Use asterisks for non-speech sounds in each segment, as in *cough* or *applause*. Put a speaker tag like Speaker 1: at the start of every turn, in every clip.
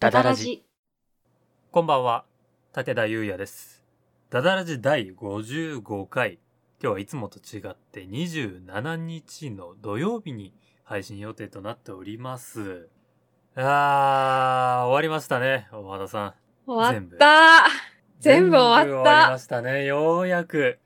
Speaker 1: ダダラジ。
Speaker 2: こんばんは、武田優也です。ダダラジ第55回。今日はいつもと違って27日の土曜日に配信予定となっております。あー、終わりましたね、大和田さん。
Speaker 1: 終わった全部終わった
Speaker 2: 全部終わりましたね、ようや
Speaker 1: *laughs*
Speaker 2: く。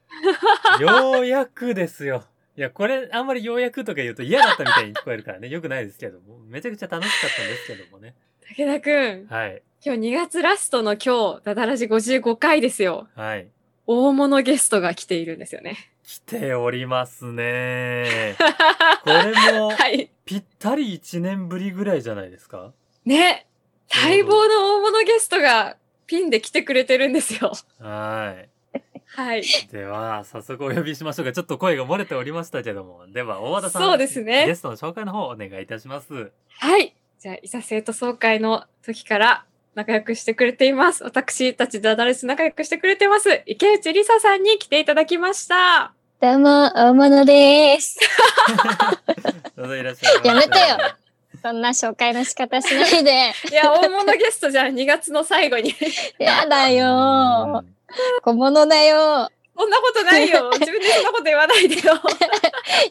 Speaker 2: ようやくですよ。いや、これ、あんまりようやくとか言うと嫌だったみたいに聞こえるからね、よくないですけども。めちゃくちゃ楽しかったんですけどもね。
Speaker 1: 武田くん、
Speaker 2: はい、
Speaker 1: 今日2月ラストの今日、ダダラジ55回ですよ。
Speaker 2: はい。
Speaker 1: 大物ゲストが来ているんですよね。 *laughs*
Speaker 2: 来ておりますね。こ
Speaker 1: は
Speaker 2: れも
Speaker 1: い。
Speaker 2: ぴったり1年ぶりぐらいじゃないですか
Speaker 1: ね、待望の大物ゲストがピンで来てくれてるんですよ。
Speaker 2: は
Speaker 1: はい。
Speaker 2: い。では、早速お呼びしましょうか。ちょっと声が漏れておりましたけども。では、大和田さん。
Speaker 1: そうですね
Speaker 2: ゲストの紹介の方お願いいたします。
Speaker 1: はい。じゃあ、いざ生徒総会の時から仲良くしてくれています。私たちダダラジ仲良くしてくれてます。池内梨沙さんに来ていただきました。
Speaker 3: どうも、大物です。
Speaker 2: どうぞいらっしゃいませ。
Speaker 3: やめてよ *laughs* そんな紹介の仕方しないで。
Speaker 1: い *laughs* や、大物ゲストじゃあ2月の最後に。
Speaker 3: *laughs* やだ
Speaker 2: う
Speaker 3: よ。
Speaker 2: ん
Speaker 3: 小物だよ。
Speaker 1: そんなことないよ。自分でそんなこと言わないでよ。よ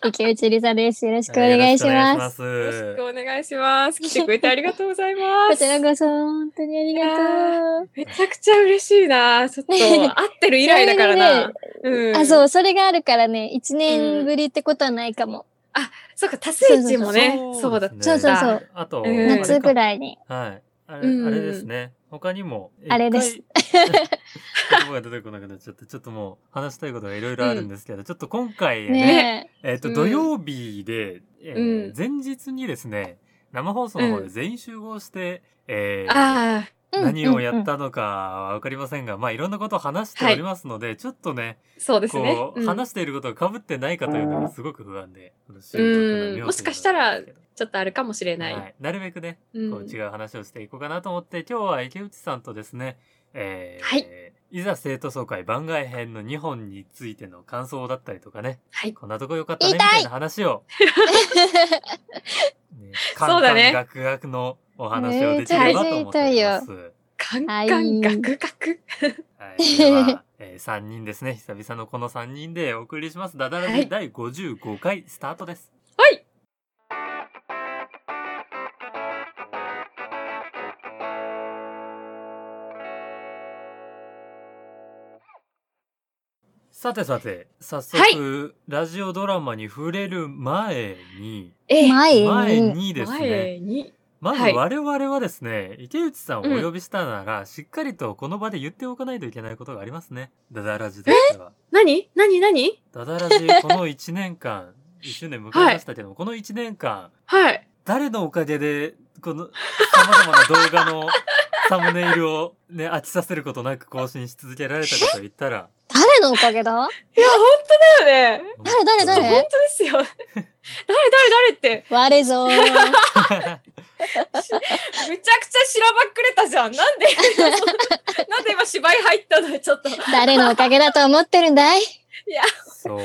Speaker 3: 池内梨沙です。よろしくお願いします。
Speaker 2: よろ
Speaker 1: ろ
Speaker 2: し
Speaker 1: し
Speaker 2: く
Speaker 1: く
Speaker 2: お願いし
Speaker 1: お願いします。来てくれてありがとうございま
Speaker 3: こ
Speaker 1: す *laughs*
Speaker 3: ち。らこそ、本当にありがと
Speaker 1: めちゃくちゃ嬉しいな。ちょっと
Speaker 3: ね
Speaker 1: 会ってる以来だからな。う
Speaker 3: う。
Speaker 1: ん。
Speaker 3: あ、
Speaker 1: う。
Speaker 3: そう、それがあるからね、一年ぶりってことはないかも。
Speaker 1: そうか、達成値も
Speaker 2: ます。
Speaker 1: ね。そうだ。
Speaker 3: そうそうそう。
Speaker 2: あと、
Speaker 1: うん
Speaker 3: 夏ぐ
Speaker 2: い。
Speaker 3: らいに。
Speaker 2: はい。あれ,、
Speaker 1: うん
Speaker 2: あれですね。他にも。
Speaker 3: あれです
Speaker 2: 一回。 *laughs* 言葉が出てこなくなっちゃって、ちょっともう話したいことがいろいろあるんですけど、ちょっと今回ね、
Speaker 3: ね
Speaker 2: えっと、
Speaker 1: うん
Speaker 2: 土曜日で、えー
Speaker 1: うん
Speaker 2: 前日にですね、生放送の方で全員集合して、えー
Speaker 1: ああ、
Speaker 3: え。うん
Speaker 2: 何をやっ
Speaker 3: うんうん
Speaker 2: たのかはわかりませんが、まあいろんなことを話しておりますので、ちょっとね、
Speaker 1: そうですね
Speaker 2: こ。う、
Speaker 1: うん
Speaker 2: 話していることが被ってないかというのがすごく不安で、
Speaker 1: うんもしかしたらちょっとあるかもしれない。
Speaker 2: はい、なるべくね、
Speaker 1: うん
Speaker 2: こう違う話をしていこうかなと思って、今日は池内さんとですね、えー
Speaker 1: はい
Speaker 2: いざ生徒総会番外編の2本についての感想だったりとかね、
Speaker 1: はい
Speaker 2: こんなとこ良かったねみ
Speaker 3: 言いた
Speaker 2: た
Speaker 3: い
Speaker 2: いな話を、ね、
Speaker 1: そうだね
Speaker 2: カンカンガクガクのお話をできればと思っております。
Speaker 1: カンカ
Speaker 3: は
Speaker 1: ン
Speaker 3: い
Speaker 1: ガクガク。
Speaker 2: はい、で
Speaker 1: *laughs*
Speaker 2: は、え3人ですね、久々のこの3人でお送りします。ダダラ
Speaker 1: は
Speaker 2: ジ
Speaker 1: い
Speaker 2: 第55回スタートです。
Speaker 1: はい。
Speaker 2: さてさて、早速、ラジオドラマに触れる前に、
Speaker 1: え
Speaker 3: 前に。
Speaker 2: 前にですね、
Speaker 1: 前に。
Speaker 2: まず
Speaker 1: はい
Speaker 2: 我々はですね、池内さんをお呼びしたなら、しっかりとこの場で言っておかないといけないことがありますね。ダダラジとしては。
Speaker 1: 何何何
Speaker 2: ダダラジ、
Speaker 1: *laughs*
Speaker 2: この1年間、1周年迎えましたけども、この1年間、
Speaker 1: はい。
Speaker 2: 誰のおかげで、この、様々な動画
Speaker 1: *laughs*
Speaker 2: のサムネイルをね、飽きさせることなく更新し続けられたかと言ったら、
Speaker 3: 誰のおかげだ
Speaker 1: いや、本当だよね。
Speaker 3: 誰
Speaker 1: 本
Speaker 3: 誰誰
Speaker 1: 当です *laughs* よ。誰誰誰って、
Speaker 3: 我ぞー。
Speaker 2: *laughs*
Speaker 1: むちゃくちゃしらばっくれたじゃん。なんで、 *laughs* なんで今芝居入ったのよちょっと。
Speaker 3: 誰のおかげだと思ってるんだい
Speaker 2: そう、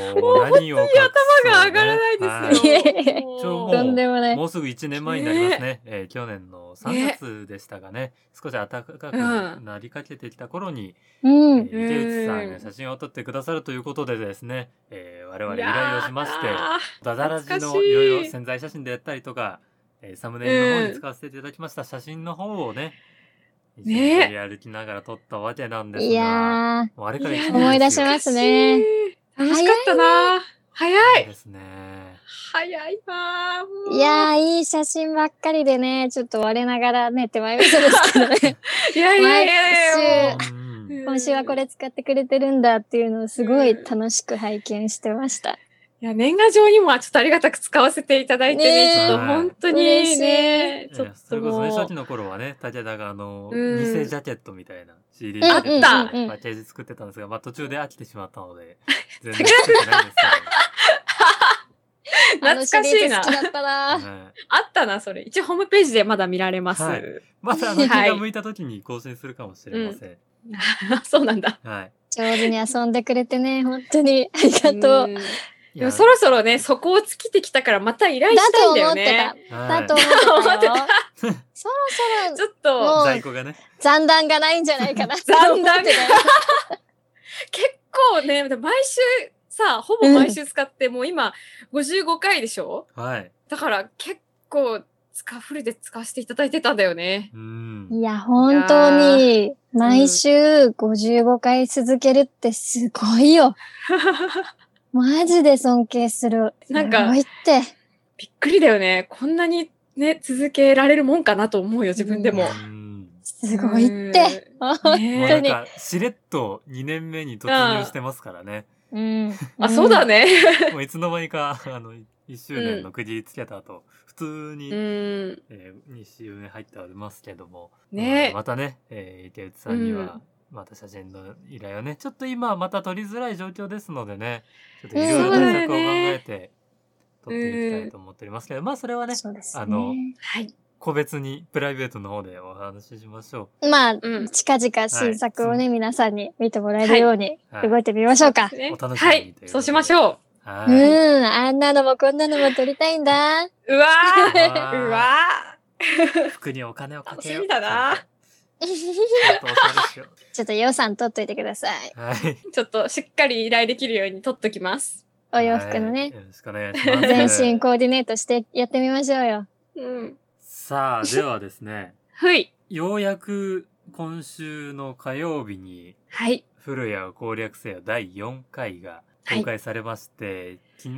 Speaker 2: 何を隠そうね
Speaker 1: が上がらないですよ。
Speaker 3: はい
Speaker 1: もう
Speaker 2: ちょもう
Speaker 3: とんでもな
Speaker 2: はいい。もうすぐ1年前になりますね。えー去年の3月でしたかね。少し暖かく
Speaker 1: うん
Speaker 2: なりかけてきた頃に、
Speaker 3: う
Speaker 2: え
Speaker 3: ん。
Speaker 2: ー池内さんが写真を撮ってくださるということでですね、えー我々依
Speaker 1: いやー
Speaker 2: 頼をしまして、ダダラジ
Speaker 1: 懐か
Speaker 2: の
Speaker 1: しい
Speaker 2: いろいろ潜在写真でやったりとか、えーサムネイルの方に使わせていただきました写真の方をね、一緒に
Speaker 1: ね
Speaker 2: 歩きながら撮ったわけなんですが、
Speaker 3: いやー。
Speaker 2: もうあれから1年ですよ
Speaker 3: 思い出しますね
Speaker 1: 楽しかったな。早
Speaker 2: そう
Speaker 1: い。
Speaker 2: ですね。
Speaker 1: 早いな。もう
Speaker 3: いやー、いい写真ばっかりでね、ちょっと我ながらね、手前味噌ですけ
Speaker 1: *laughs*
Speaker 3: どね、
Speaker 1: いやいやいやいや
Speaker 3: 毎。
Speaker 2: うん
Speaker 1: もう
Speaker 3: 今週はこ。れ使ってくれてるんだっていうのをすごい楽しく拝見してました。
Speaker 1: いや、年賀状にもちょっとありがたく使わせていただいてね、
Speaker 3: ね
Speaker 2: え
Speaker 1: ちょっと本当にね、
Speaker 2: い
Speaker 1: ちょ
Speaker 2: や
Speaker 1: っ
Speaker 2: そ
Speaker 1: と
Speaker 2: れこそ
Speaker 1: も
Speaker 2: ね初期
Speaker 1: う。
Speaker 2: の頃はね武田があの、
Speaker 1: うん
Speaker 2: 偽ジャケットみたいな CD
Speaker 3: あ
Speaker 1: った
Speaker 2: ジャケット
Speaker 3: うんうんうん
Speaker 2: パッケージ作ってたんですが、まあ、途中で飽きてしまったの
Speaker 1: *laughs*
Speaker 2: で全然作ってないんです
Speaker 3: あのシリーズ好きだった
Speaker 2: け
Speaker 3: な
Speaker 2: ど、はい
Speaker 1: あったな、それ。一応ホームページでまだ見られます。
Speaker 2: はいまたあの
Speaker 3: は
Speaker 2: 気
Speaker 3: い
Speaker 2: が向いた時に更新するかもしれません、
Speaker 1: *laughs* そうなんだ。
Speaker 2: はい
Speaker 3: 上手に遊んでくれてね、本当にありがとう。
Speaker 1: んでもそろそろね、そこを尽きてきたからまた依頼したいんだよね。
Speaker 3: だ
Speaker 2: だ
Speaker 3: と思
Speaker 1: は
Speaker 3: っ
Speaker 1: い
Speaker 3: てたよ。そろそ
Speaker 1: ち
Speaker 3: ろ
Speaker 1: ょっと、
Speaker 3: もう
Speaker 2: 在庫がね。
Speaker 3: 残弾がないんじゃないかな。
Speaker 1: *laughs* 残弾
Speaker 3: が。
Speaker 1: 結構ね、で毎週さ、ほぼ毎週使って、もう今55回でしょ
Speaker 2: はい。
Speaker 1: だから結構使、フルで使わせていただいてたんだよね。 *laughs*
Speaker 2: うん。
Speaker 3: いや、本当に、毎週55回続けるってすごいよ。マジで尊敬する。
Speaker 1: なんか
Speaker 3: すごいって。
Speaker 1: びっくりだよね。こんなにね、続けられるもんかなと思うよ、自分でも。
Speaker 2: うん
Speaker 3: すごいって。
Speaker 1: うん。
Speaker 2: もう
Speaker 1: ね
Speaker 2: な
Speaker 3: 当
Speaker 2: ん
Speaker 3: に
Speaker 2: か、しれっと2年目に突入してますから
Speaker 1: *laughs*
Speaker 2: ね。
Speaker 3: *laughs* うん。
Speaker 1: あ、そうだ
Speaker 3: ね。
Speaker 1: ね。
Speaker 2: もういつの間にか、あの、1周年の区切りつけた後、普通に、
Speaker 1: うん。
Speaker 2: えー、2周目入っておりますけども。
Speaker 1: ね
Speaker 2: うんまたね、えー、池内さんには、また写真の依頼をね、ちょっと今はまた撮りづらい状況ですのでね、ちょっといろいろ対策を考えて、撮っていきたいと思っておりますけど、まあそれはね、
Speaker 3: そうです
Speaker 2: あの
Speaker 3: ね。
Speaker 1: はい。
Speaker 2: 個別にプライベートの方でお話ししましょ
Speaker 3: まあ、
Speaker 1: うん。
Speaker 3: 近々新作を
Speaker 2: はい
Speaker 3: ね、皆さんに見てもらえるように
Speaker 2: う。はい
Speaker 3: 動いてみましょうか。
Speaker 1: ね
Speaker 2: お楽しみに
Speaker 1: は
Speaker 2: という
Speaker 1: い
Speaker 2: こと。で
Speaker 1: そうしましょ
Speaker 2: は
Speaker 3: う
Speaker 2: い
Speaker 3: ん、あんなのもこんなのも撮りたいんだ。 *laughs*
Speaker 1: う。うわ
Speaker 2: うわー
Speaker 1: ー。うわー。
Speaker 2: 服にお金をかけよう。
Speaker 1: 楽しみだな
Speaker 2: ちゃんと
Speaker 3: ち
Speaker 2: お金しよう。
Speaker 3: ょっと予算取っといてください。
Speaker 2: はい。
Speaker 1: ちょっとしっかり依頼できるように取っときます。
Speaker 3: お洋服の
Speaker 2: はい
Speaker 3: ね、
Speaker 2: よろしくお願いしま
Speaker 3: 全
Speaker 2: す。
Speaker 3: 身コーディネートしてやってみましょうよ。
Speaker 1: うん。
Speaker 2: さあ、ではですね、
Speaker 1: はい。
Speaker 2: ようやく今週の火曜日に、
Speaker 1: はい。
Speaker 2: 古谷攻略せよ第4回が
Speaker 1: はい
Speaker 2: 公開されまして、昨日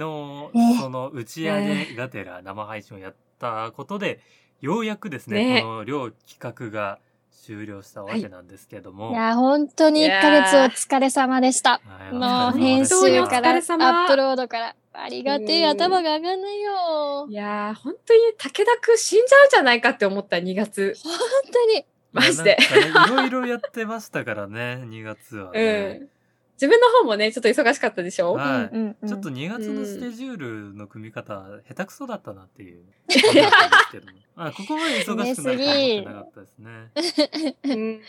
Speaker 3: ね
Speaker 2: その打ち上げがてら生配信をやったことで、ようやくですね
Speaker 1: ね
Speaker 2: この両企画が終了したわけなんですけども、
Speaker 3: いや、本当に1ヶ月
Speaker 1: い
Speaker 3: お
Speaker 1: やー
Speaker 3: 疲れ様でした。
Speaker 2: はいお
Speaker 3: も
Speaker 2: 疲れ
Speaker 3: う
Speaker 2: 様で
Speaker 3: 編
Speaker 2: した
Speaker 1: 本当に
Speaker 3: 集
Speaker 1: お
Speaker 3: か
Speaker 1: 疲
Speaker 3: らア
Speaker 1: れ様
Speaker 3: ップロードから。ありがてえ、
Speaker 1: うん
Speaker 3: 頭が上がんないよ。
Speaker 1: いやー、本当に武田くん死んじゃうんじゃないかって思った2月。
Speaker 3: 本当に。
Speaker 2: まあ
Speaker 1: マジで
Speaker 2: なんかねいろいろやってましたからね2月は
Speaker 1: う
Speaker 2: ね、
Speaker 1: ん。自分の方もね、ちょっと忙しかったでしょ
Speaker 2: は
Speaker 3: うんうんう
Speaker 2: い、
Speaker 3: ん
Speaker 2: ちょっと2月の
Speaker 1: うん
Speaker 2: スケジュールの組み方、下手くそだったなって
Speaker 1: *laughs*
Speaker 2: いうことだったんですけどもあここまで忙しくなると思ってなかったですね
Speaker 1: うん。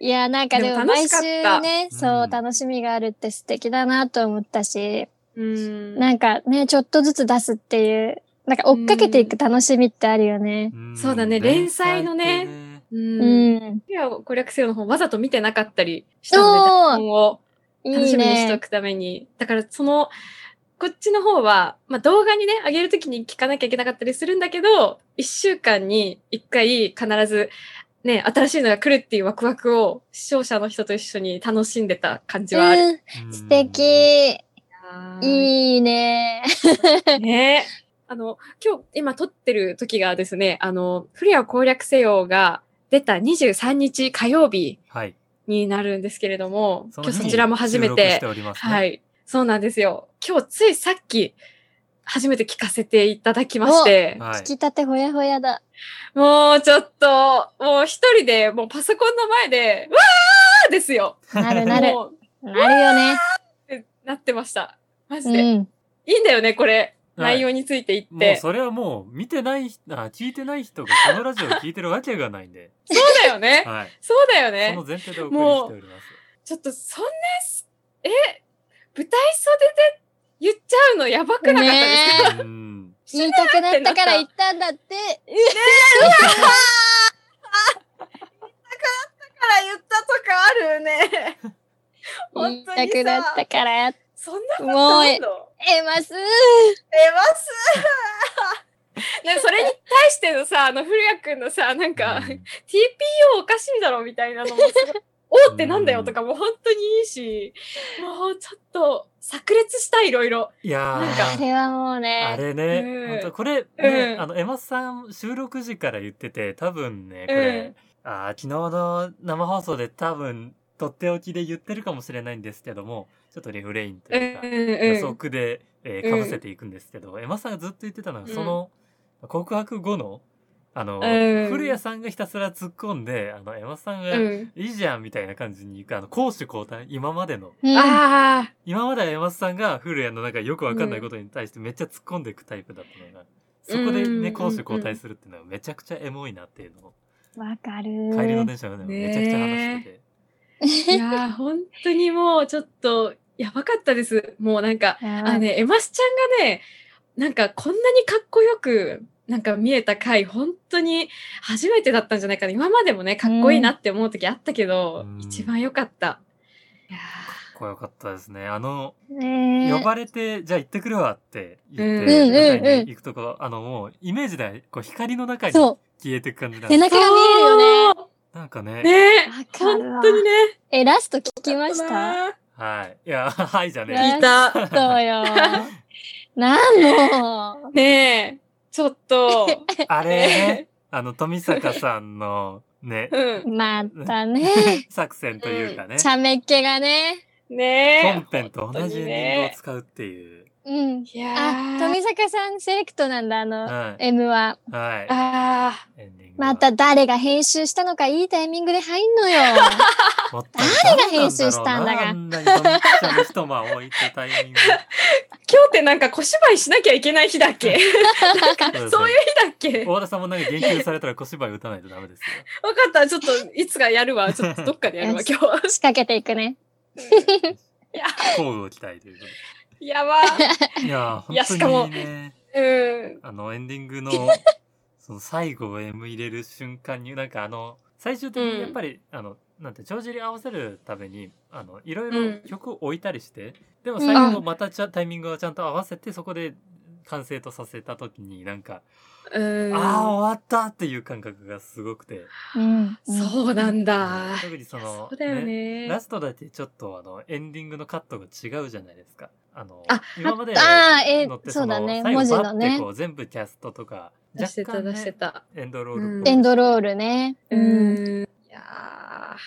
Speaker 3: いや、なんかで
Speaker 1: で
Speaker 3: も
Speaker 1: も
Speaker 3: 毎
Speaker 1: 楽し
Speaker 3: 週
Speaker 1: かった
Speaker 3: ね、
Speaker 2: うん
Speaker 3: そう、楽しみがあるって素敵だなと思ったし、
Speaker 1: うん。
Speaker 3: なんかね、ちょっとずつ出すっていう、なんか追っかけていく楽しみってあるよね。
Speaker 2: ん
Speaker 1: そうだね連載のね
Speaker 2: 連載って
Speaker 1: う。
Speaker 3: うんん。
Speaker 1: いや、攻略せよの方わざと見てなかったりしたので、
Speaker 3: そう
Speaker 1: 台本を楽
Speaker 3: いい
Speaker 1: しみにしてお
Speaker 3: ね。
Speaker 1: くために。だからその、こっちの方は、まあ、動画にね、上げるときに聞かなきゃいけなかったりするんだけど、一週間に一回必ず、ね、新しいのが来るっていうワクワクを視聴者の人と一緒に楽しんでた感じはある。
Speaker 3: うん、
Speaker 2: うん
Speaker 3: 素敵。
Speaker 1: い
Speaker 3: いいね。
Speaker 1: いね。あの、今日、今撮ってる時がですね、あの、フレア攻略せよが出た23日火曜日
Speaker 2: はい。
Speaker 1: になるんですけれども、
Speaker 2: そ
Speaker 1: 今
Speaker 2: の日
Speaker 1: 日
Speaker 2: に
Speaker 1: そちらも初め
Speaker 2: 収録しておりますね
Speaker 1: はい。そうなんですよ。今日ついさっき、初めて聞かせていただきまして、
Speaker 2: はい。
Speaker 3: 聞きたてほやほ
Speaker 1: *laughs*
Speaker 3: やだ。
Speaker 1: もうちょっと、もう一人で、もうパソコンの前で、わーですよ。
Speaker 3: なるなる。
Speaker 1: もう
Speaker 3: なる
Speaker 1: *laughs*
Speaker 3: よね。
Speaker 1: ってなってました。マジで。い
Speaker 3: うん。
Speaker 1: いんだよね、これ。
Speaker 2: はい
Speaker 1: 内容について言っ
Speaker 2: もう
Speaker 1: て。
Speaker 2: それはもう見てない人、あ、聞いてない人がこのラジオを聞いてるわけがないん
Speaker 1: *laughs*
Speaker 2: で。
Speaker 1: そうだよね。
Speaker 2: はい。
Speaker 1: そうだよ
Speaker 2: そ
Speaker 1: ね
Speaker 2: の。前提でお送りしております。
Speaker 1: ちょっと、そんなす、え、舞台袖で言っちゃうのやばくなかったですか、
Speaker 3: ね
Speaker 2: うん。
Speaker 3: 言いたくなったから言ったんだって。
Speaker 1: から言ったとかあるね。
Speaker 3: *laughs* 言
Speaker 1: 本
Speaker 3: い
Speaker 1: 当
Speaker 3: た
Speaker 1: に
Speaker 3: くなっ
Speaker 1: さ
Speaker 3: た、から。え
Speaker 1: そんなこと *laughs*
Speaker 3: もう
Speaker 1: あ
Speaker 3: え
Speaker 1: るの
Speaker 3: ます。
Speaker 1: 出ます。 *laughs* ね、それに対してのさ、あの、古谷くんのさ、なんか、
Speaker 2: うん
Speaker 1: TPO おかしいだろみたいなのもすごい、おーってなんだよとかも本当にいいし、もうちょっと、炸裂したい、いろいろ。
Speaker 2: いや
Speaker 1: なん
Speaker 3: あ
Speaker 2: ー。
Speaker 3: れはもう
Speaker 2: あ
Speaker 3: ね。
Speaker 2: れね、
Speaker 1: うん
Speaker 2: 本当これ、ね
Speaker 1: うん
Speaker 2: あの、エマさん収録時から言ってて、多分ね、こ
Speaker 1: う
Speaker 2: れ
Speaker 1: ん、
Speaker 2: あー昨日の生放送で多分、とっておきで言ってるかもしれないんですけども、ちょっとリフレインと
Speaker 1: うん
Speaker 2: いうか、予
Speaker 1: うん。
Speaker 2: 測で、えー、
Speaker 1: う
Speaker 2: か
Speaker 1: ん
Speaker 2: ぶせていくんですけど、エマさんがずっと言ってたのが、
Speaker 1: うん
Speaker 2: その告白後のあの、
Speaker 1: うん
Speaker 2: 古谷さんがひたすら突っ込んであのエマさんが、
Speaker 1: うん。
Speaker 2: いいじゃんみたいな感じに行くあの攻守交代今までの
Speaker 3: うん
Speaker 1: ああ、
Speaker 2: 今まではエマさんが古谷のなんかよくわかんないことに対してめっちゃ突っ込んでいくタイプだったのが、そこで
Speaker 1: うんうんうんう
Speaker 2: ね
Speaker 1: ん
Speaker 2: 攻守交代するっていうのはめちゃくちゃエモいなっていうのを、
Speaker 3: わかる。
Speaker 2: 帰りの電車の中でもめちゃくちゃ話してて、
Speaker 1: い
Speaker 3: *laughs*
Speaker 1: やー、本当にもうちょっと、やばかったです。もうなんか、
Speaker 3: あ
Speaker 1: あのね、エマスちゃんがね、なんかこんなにかっこよく、なんか見えた回、本当に初めてだったんじゃないかな。今までもね、かっこいいなって思う時あったけど、
Speaker 2: うん
Speaker 1: 一番良かった。いや
Speaker 2: これよかったですね。あの、
Speaker 3: ねえ
Speaker 2: 呼ばれて、じゃあ行ってくるわって言って、
Speaker 1: うん
Speaker 2: 舞台
Speaker 3: うん
Speaker 2: に行くとこ、あの、もう、イメージで、こう、光の中に消
Speaker 3: そ
Speaker 2: えていく感じだ
Speaker 3: う。背。中が見えるよね。
Speaker 2: なんかね、
Speaker 1: ね
Speaker 3: わか
Speaker 1: 本
Speaker 3: るわ
Speaker 1: 当にね。
Speaker 3: え、ラスト聞きました
Speaker 2: はい。いや、はいじゃねえ。
Speaker 1: 聞いた。
Speaker 3: そ
Speaker 2: *laughs*
Speaker 3: うよ。なんの
Speaker 1: ねえ、ちょっと。
Speaker 2: あれね、あの、富坂さんのね、
Speaker 1: うん。
Speaker 3: ま
Speaker 2: *laughs*
Speaker 3: たね。
Speaker 2: 作戦というかね、
Speaker 3: ちゃめっ気がね。
Speaker 1: ね
Speaker 2: 本編と同じリンゴを使うっていう。
Speaker 3: うん。
Speaker 1: え。いや
Speaker 3: あ、
Speaker 1: ー
Speaker 3: 富坂さんセレクトなんだ、あの、
Speaker 2: はい。
Speaker 3: M は。
Speaker 2: は
Speaker 1: あ
Speaker 2: い。エンディングは
Speaker 3: また、誰が編集したのかいいタイミングで入んのよ。
Speaker 2: *laughs* もった
Speaker 3: 誰が編集したんだか
Speaker 2: いなんだろうなあんなに富坂に一晩置いたタイミング。
Speaker 1: ー今日ってなんか小芝居しなきゃいけない日だっけそういう日だっけ
Speaker 2: 大田さんもなんか言及されたら小芝居打たないとダメ
Speaker 3: *laughs*
Speaker 2: ですよ。
Speaker 1: わかった。ちょっと、いつかやるわ。ちょっと、どっかでやるわ、
Speaker 3: よし
Speaker 1: 今日は。
Speaker 3: 仕掛けていくね。
Speaker 1: いや、
Speaker 2: 交互期待というこ
Speaker 1: やば。
Speaker 2: とで。いや
Speaker 1: いや
Speaker 2: ー、
Speaker 1: しかも
Speaker 2: 本当にね、
Speaker 1: うん。
Speaker 2: あの、エンディング
Speaker 1: *laughs*
Speaker 2: の、その最後を M 入れる瞬間に、なんかあの、最終的にやっぱり、あの、なんて、帳尻合わせるために、あの、いろ
Speaker 1: う
Speaker 2: い
Speaker 1: ん
Speaker 2: ろ曲を置いたりして、でも
Speaker 3: うん
Speaker 2: 最後またちゃタイミングをちゃんと合わせて、そこで完成とさせた時に、なんか、
Speaker 1: うん。
Speaker 2: ああ、終わったっていう感覚がすごくて。
Speaker 3: うん。
Speaker 1: そうなんだ。
Speaker 2: 特にその、
Speaker 1: そうだよね。
Speaker 2: ラストだってちょっとあのエンディングのカットが違うじゃないですか。あの
Speaker 1: あ
Speaker 2: 今まで
Speaker 3: あーえ
Speaker 2: のって
Speaker 3: そうだね
Speaker 2: 最後
Speaker 3: 文字の
Speaker 2: バッて
Speaker 3: ね
Speaker 2: こう全部キャストとか
Speaker 1: 出して
Speaker 2: 若
Speaker 1: た、
Speaker 2: 干ね
Speaker 1: 出してた。
Speaker 2: エンドロールっぽい
Speaker 3: エンドロールね。
Speaker 1: う
Speaker 3: うん。
Speaker 1: ん。いやー、好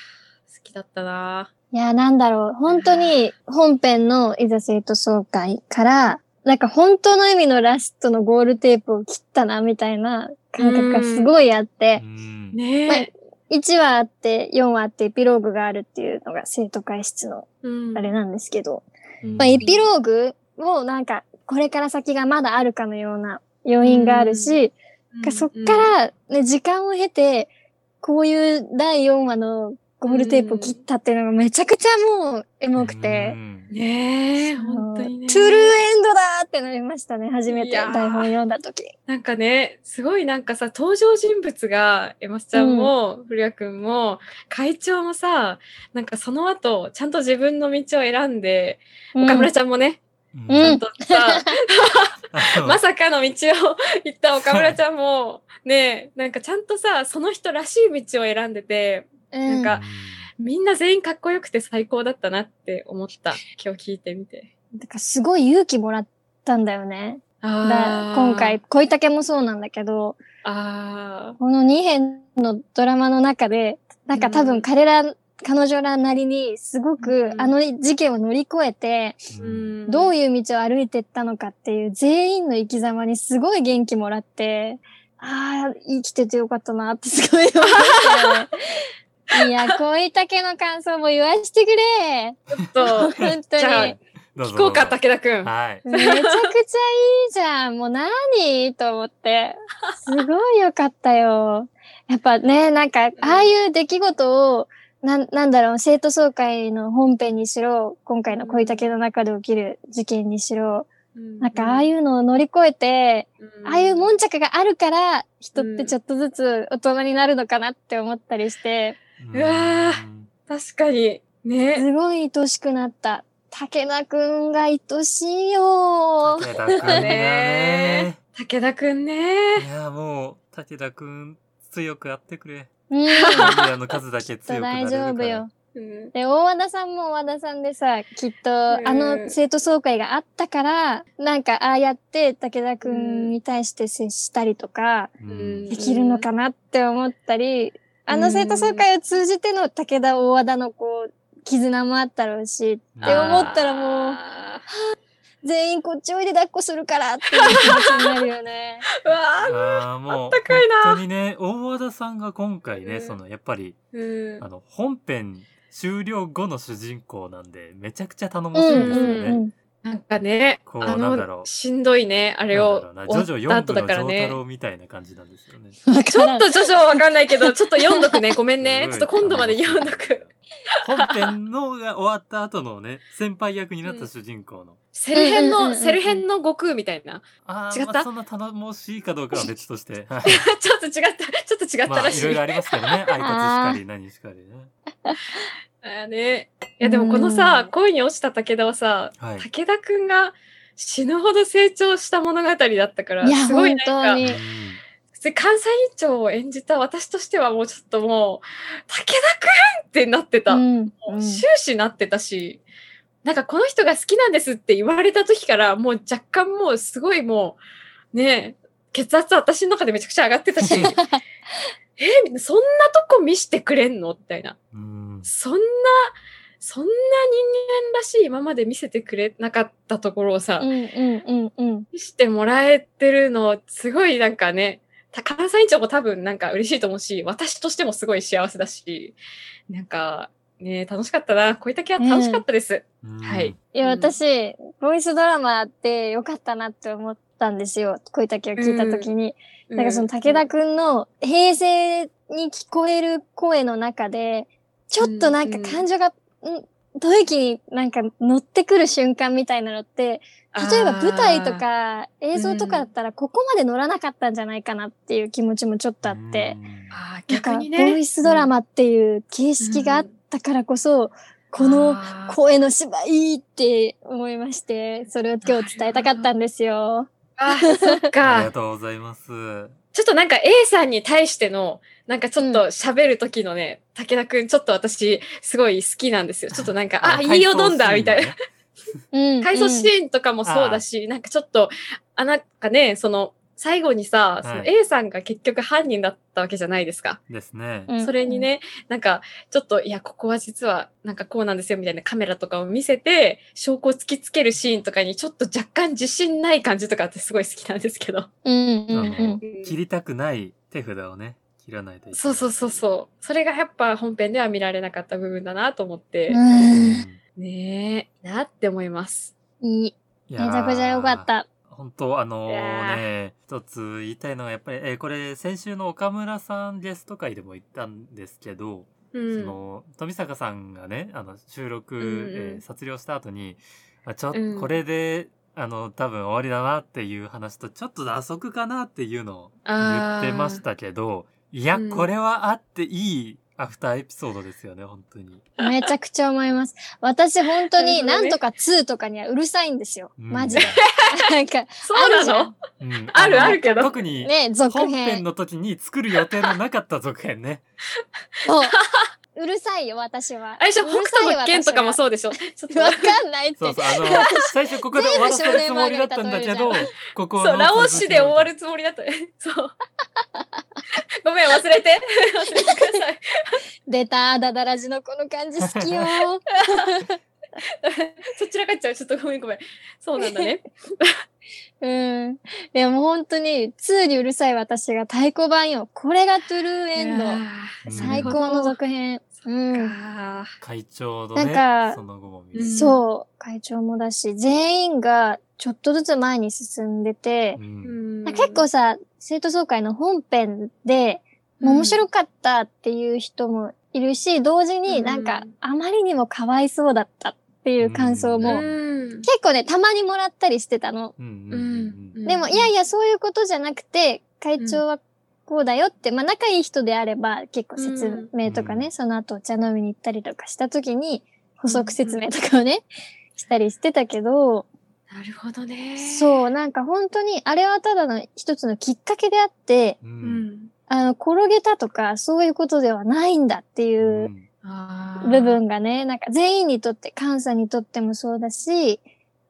Speaker 1: きだったない
Speaker 3: や、なんだろう。本当に本編のいざ生徒総会から、なんか本当の意味のラストのゴールテープを切ったな、みたいな感覚がすごいあって
Speaker 2: う、ん
Speaker 1: ねえ。
Speaker 3: 1話あって、4話あって、エピローグがあるっていうのが生徒会室の
Speaker 1: うん
Speaker 3: あれなんですけど、
Speaker 2: うん
Speaker 3: まあ、エピローグをなんか、これから先がまだあるかのような余韻があるし、
Speaker 1: うん
Speaker 3: そっから、ね、時間を経て、こういう第4話のゴールテープを切ったっていうのがめちゃくちゃもうエモくて、
Speaker 2: うん
Speaker 1: ねえ、本当にね。
Speaker 3: トゥルーエンドだーってなりましたね、初め
Speaker 1: い
Speaker 3: て
Speaker 1: やー
Speaker 3: 台本読んだ時。
Speaker 1: なんかね、すごいなんかさ、登場人物が、エマスちゃんも、古谷くんも、会長もさ、なんかその後、ちゃんと自分の道を選んで、岡村ちゃんもね、
Speaker 2: うん
Speaker 3: うん
Speaker 1: とさ、
Speaker 3: *laughs*
Speaker 2: あの
Speaker 1: まさかの道を行った岡村ちゃんも、ねえ、なんかちゃんとさ、その人らしい道を選んでて、
Speaker 3: うん
Speaker 1: なんかみんな全員かっこよくて最高だったなって思った。今日聞いてみて。
Speaker 3: だからすごい勇気もらったんだよね。だ
Speaker 1: あー
Speaker 3: 今回、。恋竹もそうなんだけど、
Speaker 1: あ
Speaker 3: この2編のドラマの中で、なんか多
Speaker 1: うん
Speaker 3: 分彼ら、彼女らなりにすご
Speaker 1: う
Speaker 3: く
Speaker 1: ん
Speaker 3: あの事件を乗り越えて、
Speaker 1: ー。
Speaker 2: うん
Speaker 1: ん
Speaker 3: どう
Speaker 1: い
Speaker 3: いう道を歩いていったのかっていう全員の生き様にすごい元気もらって、ああ、生きててよかったなってすごい思ったよ
Speaker 1: *laughs*
Speaker 3: ね。いや、恋竹の感想も言わしてくれ
Speaker 1: う
Speaker 3: *laughs*
Speaker 1: と、
Speaker 3: 本
Speaker 1: じゃ
Speaker 3: 当
Speaker 1: あ
Speaker 3: に。
Speaker 2: どうぞ
Speaker 1: 聞こうか、武田くん。
Speaker 2: はい。
Speaker 3: めちゃくちゃいいじゃん。もう何と思って。すごいよかったよ。やっぱね、なんか、ああいう出来事を、なん、なんだろう、生徒総会の本編にしろ、今回の恋竹の中で起きる事件にしろ、なんかああ
Speaker 1: う
Speaker 3: いうのを乗り越えて、
Speaker 1: ん、
Speaker 3: ああいう
Speaker 1: うん
Speaker 3: 悶着があるから、人ってちょっとずつ大人になるのかなって思った
Speaker 1: *laughs*
Speaker 3: りして、
Speaker 1: うわ確かに。ね。
Speaker 3: すごい愛しくなった。武田くんが愛しい
Speaker 1: *laughs*
Speaker 3: よ
Speaker 2: 武。田くんだね。
Speaker 1: 武田くんね。
Speaker 2: いや、もう、武田くん、強くやってく
Speaker 3: *laughs*
Speaker 2: れ。
Speaker 3: うん。
Speaker 2: アの数だけ
Speaker 3: きっと
Speaker 2: 強くなれ
Speaker 3: 大
Speaker 2: るから。
Speaker 3: 丈夫よ。。
Speaker 1: うん
Speaker 3: で、大和田さんも大和田さんでさ、きっと、
Speaker 1: ん
Speaker 3: あの生徒総会があったから、なんか、ああやって武田くんに対して接したりとか、
Speaker 2: う
Speaker 1: うん
Speaker 2: ん
Speaker 3: できるのかなって思ったり、あの生徒総会を通じての武田、大和田のこう、絆もあったろうし、って
Speaker 2: うん
Speaker 3: 思ったらもう、
Speaker 1: あ
Speaker 3: 全員こっちおいで抱っこするからっていう気持ちになるよね。
Speaker 1: ーうわー
Speaker 2: ああ、もう、
Speaker 1: あったかいな
Speaker 2: 本当にね、大和田さんが今回
Speaker 1: う
Speaker 2: ね、
Speaker 1: ん
Speaker 2: その、やっぱり、
Speaker 1: うん
Speaker 2: あの、本編終了後の主人公なんで、めちゃくちゃ頼も
Speaker 3: う
Speaker 2: し
Speaker 3: ん
Speaker 2: い
Speaker 3: うん
Speaker 2: ですよ
Speaker 3: んう
Speaker 2: ね。
Speaker 3: ん。
Speaker 1: なんかね、
Speaker 2: こう
Speaker 1: あ
Speaker 2: なんだろ
Speaker 1: の、
Speaker 2: う
Speaker 1: しんどいね、あれを
Speaker 2: なんだろう。なジョ
Speaker 1: 終
Speaker 2: ジ
Speaker 1: わった
Speaker 2: ョ4
Speaker 1: 後
Speaker 2: 部の
Speaker 1: だから
Speaker 2: 丈太
Speaker 1: ね。
Speaker 2: 郎みたいな感じなんですよね。
Speaker 3: わ
Speaker 1: ちょ
Speaker 3: か
Speaker 1: っ
Speaker 3: らん
Speaker 2: *laughs*
Speaker 1: と。徐々わかんないけど、ちょっと読んどくね。ごめんね。ちょっ
Speaker 2: す
Speaker 1: と
Speaker 2: ごい
Speaker 1: 今度まで読んどく。
Speaker 2: 本編のが終わった後のね、先輩役になった主人公の。
Speaker 1: セル編
Speaker 3: うんうんうん
Speaker 1: の、
Speaker 3: うん
Speaker 1: セル編の悟空みたいな。 *laughs*
Speaker 2: ああ、
Speaker 1: 違った
Speaker 2: まあ、そんな頼もしいかどうかは別と
Speaker 1: *laughs*
Speaker 2: して。はい
Speaker 1: ちょっと違った、ちょっと違っ
Speaker 2: ま
Speaker 1: た
Speaker 2: あ、
Speaker 1: ら
Speaker 2: い
Speaker 1: し
Speaker 2: ろい
Speaker 1: い。
Speaker 2: ろありますけど
Speaker 1: *laughs*
Speaker 2: ね。挨拶しかり、何しかりね。
Speaker 1: あーね。いや、でもこのさ
Speaker 3: うん、
Speaker 1: 恋に落ちた武田はさ、
Speaker 2: はい。
Speaker 1: 武田くんが死ぬほど成長した物語だったから、
Speaker 3: いや、
Speaker 1: すごい
Speaker 3: 本
Speaker 1: なんか、
Speaker 3: 当に。
Speaker 2: うん
Speaker 1: 普通に関西委員長を演じた私としてはもうちょっともう、武田くんってなってた。
Speaker 3: うん
Speaker 1: もう終始なってたし、なんかこの人が好きなんですって言われた時から、もう若干もうすごいもう、ねえ、血圧私の中でめちゃくちゃ上がって
Speaker 2: *laughs*
Speaker 1: たし、え、そんなとこ見してくれんのみたいな。
Speaker 2: うん。
Speaker 1: そんな、そんな人間らしい今まで見せてくれなかったところをさ、
Speaker 3: うんうんうんうん。
Speaker 1: 見してもらえてるの、すごいなんかね、た関西委員長も多分なんか嬉しいと思うし、私としてもすごい幸せだし、なんか、ねえ楽しかったな。こういったは楽しかったです。
Speaker 2: うん
Speaker 1: はい。
Speaker 3: いや、
Speaker 1: うん
Speaker 3: 私、ボイスドラマって良かったなって思ったんですよ。恋だけを聞いたときに。なんかその武田くんの平成に聞こえる声の中で、ちょっとなんか感情が、うん、吐息になんか乗ってくる瞬間みたいなのって、例えば舞台と
Speaker 1: あ
Speaker 3: か映像とかだったらここまで乗らなかったんじゃないかなっていう気持ちもちょっとあって。
Speaker 2: うん
Speaker 1: ー。あー
Speaker 3: なんか
Speaker 1: 逆にね。
Speaker 3: ボイスドラマっていう形式があったからこそ、この
Speaker 1: あー
Speaker 3: 声の芝居って思いまして、それを今日伝えたかったんですよ。
Speaker 1: あー、そっ
Speaker 2: あり *laughs* が
Speaker 1: か。
Speaker 2: とうございます。
Speaker 1: ちょっとなんか A さんに対しての、なんかちょっと喋る時のね、武田くん、ちょっと私、すごい好きなんですよ。ちょっとなんか、あ、いいよ、どんだ、みたいな。
Speaker 3: うん。
Speaker 1: 回想
Speaker 3: ー
Speaker 1: シーンとかもそうだし、なんかちょっと、あ、なんかね、その、最後にさ、そ
Speaker 2: は
Speaker 1: の
Speaker 2: い
Speaker 1: A さんが結局犯人だったわけじゃないですか。
Speaker 2: ですね。
Speaker 3: うん
Speaker 1: それにね、なんか、ちょっと、いや、ここは実は、なんかこうなんですよ、みたいなカメラとかを見せて、証拠を突きつけるシーンとかに、ちょっと若干自信ない感じとかってすごい好きなんですけど。
Speaker 3: うんうんう
Speaker 2: あの
Speaker 3: ん。
Speaker 2: 切りたくない手札をね、切らないといけない。
Speaker 1: *laughs* そうそうそうそう。それがやっぱ本編では見られなかった部分だなと思って、
Speaker 3: うん。
Speaker 1: ねえ、なって思います。
Speaker 3: いい。
Speaker 2: い
Speaker 3: め
Speaker 2: やー
Speaker 3: ちゃくちゃ良かっ。た。
Speaker 2: 本当あの
Speaker 1: いや
Speaker 2: ね、一つ言いたいのはやっぱり、えーこれ先週の岡村さんゲスト会でも言ったんですけど、
Speaker 1: うん。
Speaker 2: その富坂さんがねあの収録、
Speaker 1: んうん
Speaker 2: えー撮影をした後にあちょっと、
Speaker 1: うん
Speaker 2: これであの多分終わりだなっていう話とちょっと打足かなっていうのを言
Speaker 1: あー
Speaker 2: ってましたけどいや、
Speaker 1: うん
Speaker 2: これはあっていいアフターエピソードですよね本当に。
Speaker 3: めちゃくちゃ思います。私本当に
Speaker 1: なるほど
Speaker 3: な
Speaker 1: ね
Speaker 3: んとか2とかにはうるさいんですよ。
Speaker 2: うん
Speaker 3: マジで。
Speaker 1: *laughs*
Speaker 3: なんか、
Speaker 1: そう
Speaker 3: あるじゃ
Speaker 1: なんの
Speaker 2: うん
Speaker 1: ある
Speaker 2: の
Speaker 1: あるけど
Speaker 2: 特に、
Speaker 3: ね、続
Speaker 2: 本編
Speaker 3: 編。
Speaker 2: の時に作る予定のなかった続編ね。
Speaker 3: そううるさいよ、私は。
Speaker 1: あれでしょ、
Speaker 3: う
Speaker 1: 北
Speaker 3: るさいよ
Speaker 1: 斗の剣とかもそうでしょ。ちょっ
Speaker 3: 私
Speaker 1: と
Speaker 3: は。わかんないって。
Speaker 2: そうそう、あの、
Speaker 1: *laughs*
Speaker 2: 最初ここで終わらせるつもりだったんだけど、ここの
Speaker 1: そう、ラオスで終わるつもりだった。 *laughs* そう。ごめん、忘れて。 *laughs* 忘れてください。
Speaker 3: 出た、ダダラジのこの感じ好きよ。
Speaker 1: そっちらかっちゃう。ちょっとごめんごめん。そうなんだね。
Speaker 3: うん。でも本当に、2にうるさい私が太鼓判よ。これがトゥルーエン
Speaker 1: *laughs* いや
Speaker 3: ド。
Speaker 1: ー
Speaker 3: 最高の続編。うん。
Speaker 1: あ
Speaker 2: 会長のね、
Speaker 3: なんか
Speaker 2: その後も見
Speaker 1: うん
Speaker 3: そう、会長もだし、全員がちょっとずつ前に進んでて
Speaker 2: う、
Speaker 1: ー
Speaker 2: ん
Speaker 1: うん
Speaker 3: 結構さ、生徒総会の本編で、もう面白かったっていう人もいるし、同時になんか
Speaker 1: うん
Speaker 3: あまりにもかわいそうだったっていう感想
Speaker 1: う
Speaker 3: も、
Speaker 1: ん。
Speaker 3: 結構ね、たまにもらったりしてたの。
Speaker 2: うんうん
Speaker 1: う
Speaker 2: うん
Speaker 1: ん
Speaker 2: うん。
Speaker 3: でも、いやいや、そういうことじゃなくて、会長はこうだよって、まあ仲いい人であれば、結構説明とかね、
Speaker 2: うん
Speaker 3: その後お茶飲みに行ったりとかした時に、補足説明とかをね、したりしてたけど、
Speaker 1: なるほどね。
Speaker 3: そう、なんか本当に、あれはただの一つのきっかけであって、
Speaker 2: う
Speaker 1: うんん。
Speaker 3: あの、転げたとか、そういうことではないんだっていうう
Speaker 1: あー
Speaker 3: 部。分がね、なんか全員にとって、関西にとってもそうだし、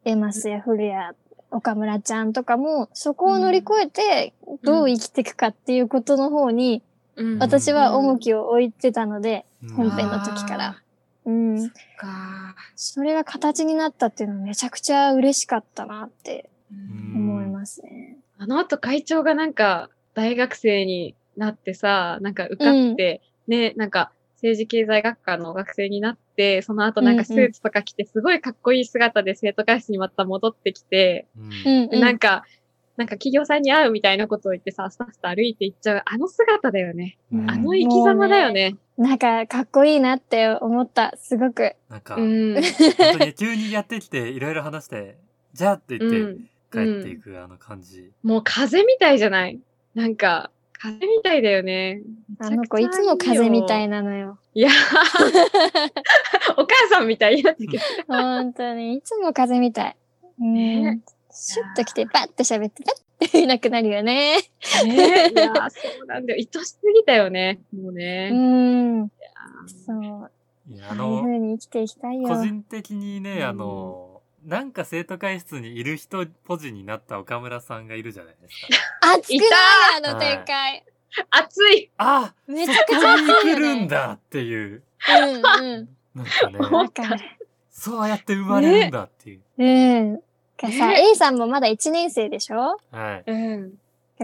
Speaker 3: エマスやフルや岡村ちゃんとかも、そこを乗り越えて、どう生きていくかっていうことの方に、
Speaker 1: うん
Speaker 3: 私は重きを置いてたので、
Speaker 2: うん
Speaker 3: 本編の時から。
Speaker 1: あー
Speaker 3: うん。
Speaker 1: そっか
Speaker 3: それが形になったっていうのはめちゃくちゃ嬉しかったなって
Speaker 1: うん
Speaker 3: 思いますね。
Speaker 1: あの後会長がなんか大学生になってさ、なんか受かって、ね、なんか政治経済学科の学生になって、その後なんかスーツとか着て、すごいかっこいい姿で生徒会室にまた戻ってきて、
Speaker 2: うん
Speaker 3: うん、うん。
Speaker 1: なんか、なんか企業さんに会うみたいなことを言ってさ、スタスタ歩いて行っちゃう、あの姿だよね。
Speaker 3: うん
Speaker 1: あの生き様だよね。
Speaker 3: なんか、かっこいいなって思った。すごく。
Speaker 2: なんか、
Speaker 1: うん。
Speaker 2: 本当に急にやってきて、いろいろ話して、じゃあって言
Speaker 1: う
Speaker 2: って、
Speaker 1: ん。
Speaker 2: 帰っていくあの感じ。
Speaker 1: もう風みたいじゃないなんか、風みたいだよね。
Speaker 3: あの子、いつも風みたい
Speaker 1: な。
Speaker 3: なのよ。
Speaker 2: *laughs*
Speaker 1: いや、お母さんみたいになってけど。
Speaker 3: 本当に。いつも風みたい。うん
Speaker 1: ね。
Speaker 3: シュッと来て、バッと喋って、バッ *laughs* ていなくなるよね。 *laughs*
Speaker 1: ね、いや、そうなんだよ。愛しすぎたよね。もう
Speaker 3: う
Speaker 1: ね。
Speaker 3: ん。そう。
Speaker 2: いや
Speaker 3: あ
Speaker 2: あ
Speaker 3: あいう
Speaker 2: の
Speaker 3: 風、に生きていきたいよ。
Speaker 2: 個人的にね、
Speaker 1: うん
Speaker 2: あの、なんか生徒会室にいる人ポジになった岡村さんがいるじゃないですか。
Speaker 3: 熱く
Speaker 1: い
Speaker 3: ない
Speaker 2: た
Speaker 3: あの展開。
Speaker 1: 熱い。
Speaker 2: あ
Speaker 3: めち
Speaker 2: そ
Speaker 3: ゃ
Speaker 2: っ
Speaker 3: く
Speaker 2: ち
Speaker 3: ちゃ
Speaker 2: に行
Speaker 3: 熱い
Speaker 2: け
Speaker 3: よ
Speaker 2: る
Speaker 3: ね
Speaker 2: んだっていう。
Speaker 3: うんうん。
Speaker 2: なんかね、
Speaker 3: なんか、
Speaker 2: そうやって生まれるんだっていう。
Speaker 3: うん。かさ、
Speaker 1: ね
Speaker 3: A さんもまだ1年生でしょ
Speaker 2: はい。
Speaker 1: うん。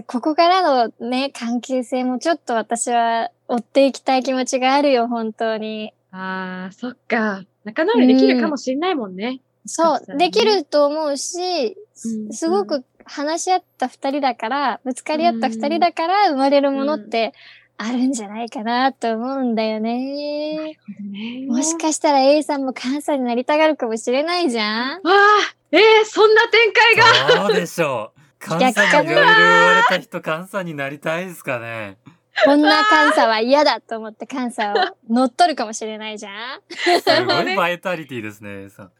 Speaker 3: ここからのね、関係性もちょっと私は追っていきたい気持ちがあるよ、本当に。
Speaker 1: ああ、そっか。仲直りできるかもしんないもんね。
Speaker 3: そ
Speaker 1: 確か
Speaker 3: う、
Speaker 1: にね
Speaker 3: できると思うし、す
Speaker 1: うん
Speaker 3: すごく話し合った二人だから、ぶつかり合った二人だから生まれるものってあるんじゃないかなと思うんだよね。
Speaker 1: ね
Speaker 3: もしかしたら A さんも関西になりたがるかもしれないじゃん
Speaker 1: わあ、えー、そんな展開
Speaker 3: *laughs*
Speaker 1: が。
Speaker 2: どうでしょう。関西にいろいろ言われた人、関西になりたいですかね。
Speaker 3: こんな監査は嫌だと思って監査を乗っ取るかもしれないじゃん
Speaker 2: すご
Speaker 1: そう
Speaker 2: い
Speaker 1: ね
Speaker 2: バイタリティですね、A さん。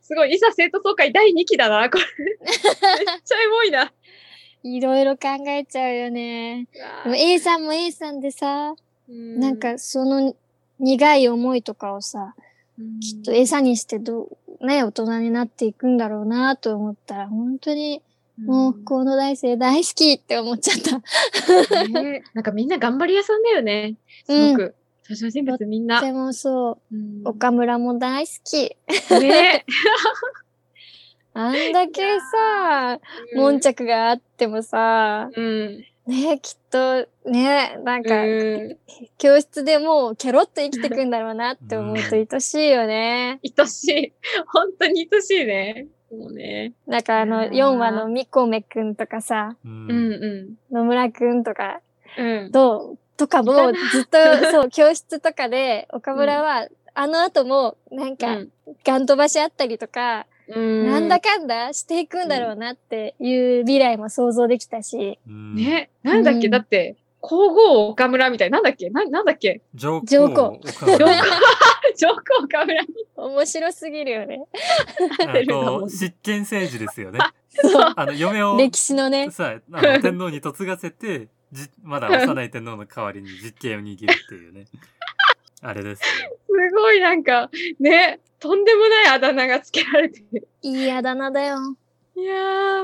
Speaker 1: すごい、いざ生徒総会第2期だな、こ
Speaker 3: *laughs*
Speaker 1: れ。めっちゃエモいな。
Speaker 3: いろいろ考えちゃうよね。でも A さんも A さんでさ、なんかその苦い思いとかをさ、
Speaker 1: うん、
Speaker 3: きっと餌にしてどう、ね、大人になっていくんだろうなと思ったら、本当にもう河野大生大好きって思っちゃった。
Speaker 1: うん、ねなんかみんな頑張り屋さんだよね。 *laughs* すごく。登場人物みんな。
Speaker 3: でもそうう、
Speaker 1: ん
Speaker 3: 岡村も大好き。
Speaker 1: ね。
Speaker 3: あんだけさ、悶着があってもさ、
Speaker 1: うん。
Speaker 3: ねきっとねなんか、
Speaker 1: うん
Speaker 3: 教室でもうケロッと生きてくんだろうなって思うと
Speaker 2: う
Speaker 3: 愛しいよね。
Speaker 1: 愛しい。本当に愛しいね。もうね。
Speaker 3: なんかあの
Speaker 1: うん
Speaker 3: 4話のみこめくんとかさ
Speaker 2: う。
Speaker 1: うんん
Speaker 3: 野村くんとか
Speaker 1: うん。うん。
Speaker 3: どうとかも
Speaker 1: いた
Speaker 3: ずっとそう教室と
Speaker 1: *laughs*
Speaker 3: かで岡村はあの後もなんかガン飛ばしあったりと
Speaker 1: うん
Speaker 3: か、なんだかんだしていくんだろうなっていう未来も想像できたし、
Speaker 2: うん。
Speaker 1: ね。なんだっけ、
Speaker 3: うん
Speaker 1: だって、皇后岡村みたいな。なんだっけななんだっけ *laughs*
Speaker 2: 上
Speaker 3: 上
Speaker 2: 皇。
Speaker 3: 皇
Speaker 2: 岡村
Speaker 1: 上皇上皇岡村
Speaker 3: 面白すぎるよね。
Speaker 2: あの、執権政治ですよね。
Speaker 3: そう
Speaker 2: あの、嫁を、
Speaker 3: *laughs* 歴史のね。
Speaker 2: さあ
Speaker 1: *laughs*
Speaker 2: の、天皇に嫁がせて、じ、まだ幼い天皇の代わりに実権を握るっていうね。あれですよ。
Speaker 1: すごいなんか、ね、とんでもないあだ名がつけられてる。
Speaker 3: いいあだ名だよ。
Speaker 1: いや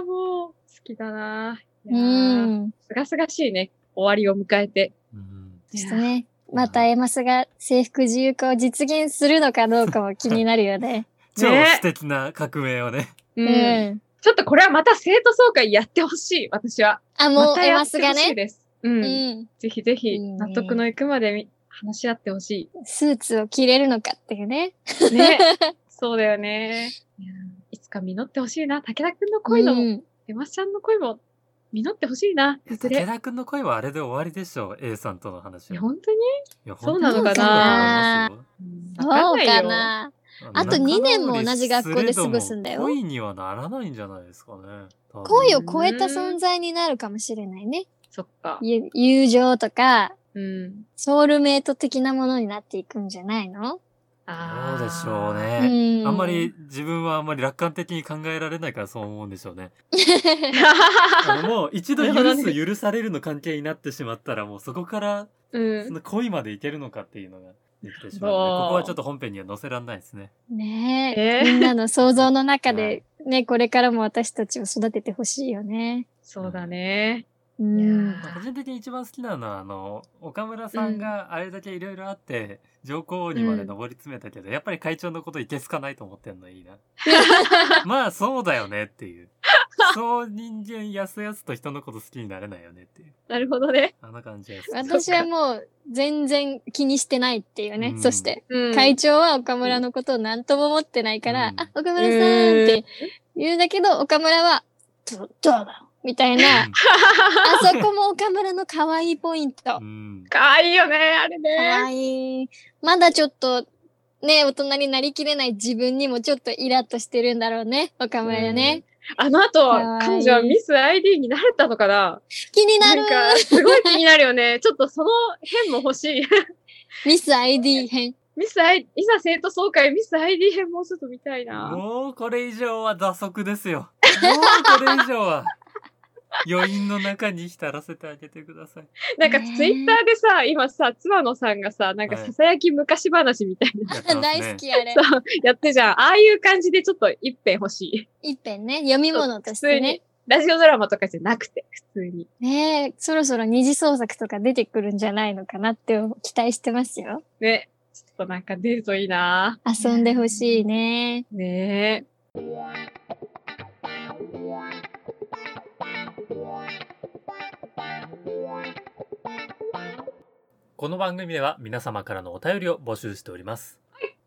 Speaker 1: ー、もう、好きだなー。いうやー
Speaker 3: ん。
Speaker 1: すがすがしいね。終わりを迎えて。 *laughs*
Speaker 2: うん
Speaker 3: そしてね、またエマスが制服自由化を実現するのかどうかも気になるよね。
Speaker 2: 超
Speaker 1: ね
Speaker 2: 素敵な革命をね。
Speaker 1: う。
Speaker 3: うんん。
Speaker 1: ちょっとこれはまた生徒総会やってほしい、私は。
Speaker 3: あ、も
Speaker 1: ま
Speaker 3: う
Speaker 1: た
Speaker 3: エ
Speaker 1: や
Speaker 3: マ
Speaker 1: っ
Speaker 3: ス
Speaker 1: てほ
Speaker 3: が
Speaker 1: しい
Speaker 3: ね。
Speaker 1: です。うん。
Speaker 3: うん。
Speaker 1: ぜひぜ
Speaker 3: い
Speaker 1: ひ、
Speaker 3: いね
Speaker 1: 納得のいくまでみ話し合ってほし
Speaker 3: スーツを着れるのかっていうね。
Speaker 1: い。
Speaker 3: *laughs*
Speaker 1: ね。そうだよね。いやーいつか実ってほしいな。武田くんの恋のも、
Speaker 3: うん
Speaker 1: エマスちゃんの恋も、実ってほしいな。いず
Speaker 2: 武
Speaker 1: れ。
Speaker 2: 田君の恋はあれで終わりでしょう。A さんとの話
Speaker 1: いや
Speaker 2: は。
Speaker 1: 本当に
Speaker 2: いや
Speaker 1: そうなのかな
Speaker 2: 本当にそうだと思いますよ
Speaker 1: わん
Speaker 3: どう
Speaker 1: いよ
Speaker 3: かな。
Speaker 2: の
Speaker 3: あと二年も同じ学校で過ごすんだ
Speaker 2: 仲直りす
Speaker 3: よ
Speaker 2: れども恋にはならないんじゃないですかね。多分
Speaker 3: 恋を超えた存在になるかもしれないね。
Speaker 1: そっか。
Speaker 3: ゆ友情とか、
Speaker 1: うん。
Speaker 3: ソウルメイト的なものになっていくんじゃないの
Speaker 2: ど
Speaker 1: あ
Speaker 2: う
Speaker 1: ー
Speaker 2: でしょう。
Speaker 3: う
Speaker 2: ね。
Speaker 3: ん。
Speaker 2: あんまり。自分はあんまり楽観的に考えられないからそう思うんでしょうね。あのもう一度許
Speaker 1: なるほど
Speaker 2: す許されるの関係になってしまったらもうそこから
Speaker 1: *laughs* うん
Speaker 2: そ。の恋までいけるのかっていうのができてしまうので、
Speaker 1: そう
Speaker 2: ここはちょっと本編には載せられないですね。
Speaker 3: *laughs* ね
Speaker 1: え
Speaker 3: え。
Speaker 1: ー
Speaker 3: みんなの想像の中
Speaker 2: は
Speaker 3: で
Speaker 2: い、
Speaker 3: ね、これからも私たちを育ててほしいよね。
Speaker 1: そうだね。
Speaker 3: う
Speaker 1: いや
Speaker 3: ん。
Speaker 2: 個人的に一番好きなのはあの岡村さんがあれだけいろいろあって、上皇にまで上り詰めたけど、やっぱり会長のこといけすかないと思ってんのいい *laughs* なまあそうだよねっていうそう人間やすやすと人のこと好きになれないよねっていう
Speaker 1: なるほどね。
Speaker 2: あの感じです
Speaker 3: 私はもう全然気にしてないっていうね。
Speaker 2: うん
Speaker 3: そして、
Speaker 1: うん
Speaker 3: 会長は岡村のことを何とも思ってないから、
Speaker 2: うん
Speaker 3: あ、岡村さんっ
Speaker 1: うん
Speaker 3: て言うんだけど、岡村は、どうどうだみたいな、あそこも岡村の可愛いポイント
Speaker 2: う。ん。
Speaker 1: かわいいよね、あれ
Speaker 3: 可
Speaker 1: ね。
Speaker 3: 愛い。まだちょっと、ね、大人になりきれない自分にもちょっとイラッとしてるんだろうね、岡村ね。
Speaker 1: あの後
Speaker 3: わ、いい
Speaker 1: 彼女はミス ID になれたのかな
Speaker 3: 気になる
Speaker 1: なんか、すごい気になるよね。ちょっとその辺も欲しい。 *laughs*
Speaker 3: ミス ID 編。
Speaker 1: ミス ID、いざ生徒総会ミス ID 編もうちょっと見たいな。
Speaker 2: もうこれ以上は打足ですよ。もうこれ以上は。余韻の中に浸らせてあげてください。
Speaker 1: なんか
Speaker 3: ねえ
Speaker 1: ツイッターでさ、今さ、妻野さんがさ、なんか
Speaker 2: はい
Speaker 1: ささやき昔話みたいな、 *laughs*
Speaker 2: やってますね
Speaker 3: *laughs* 大好。きあれ。
Speaker 1: そう、やってじゃん。ああいう感じでちょっと一編欲しい。
Speaker 3: 一編ね、読み物と
Speaker 1: 普
Speaker 3: し
Speaker 1: 通
Speaker 3: て
Speaker 1: に
Speaker 3: ね。。
Speaker 1: ラジオドラマとかじゃなくて、普通に。
Speaker 3: ねえそろそろ二次創作とか出てくるんじゃないのかなって期待してますよ。
Speaker 1: ね。ちょっとなんか出るといいな
Speaker 3: 遊んでほしいね。
Speaker 1: ねえ。
Speaker 2: この番組では皆様からのお便りを募集しております。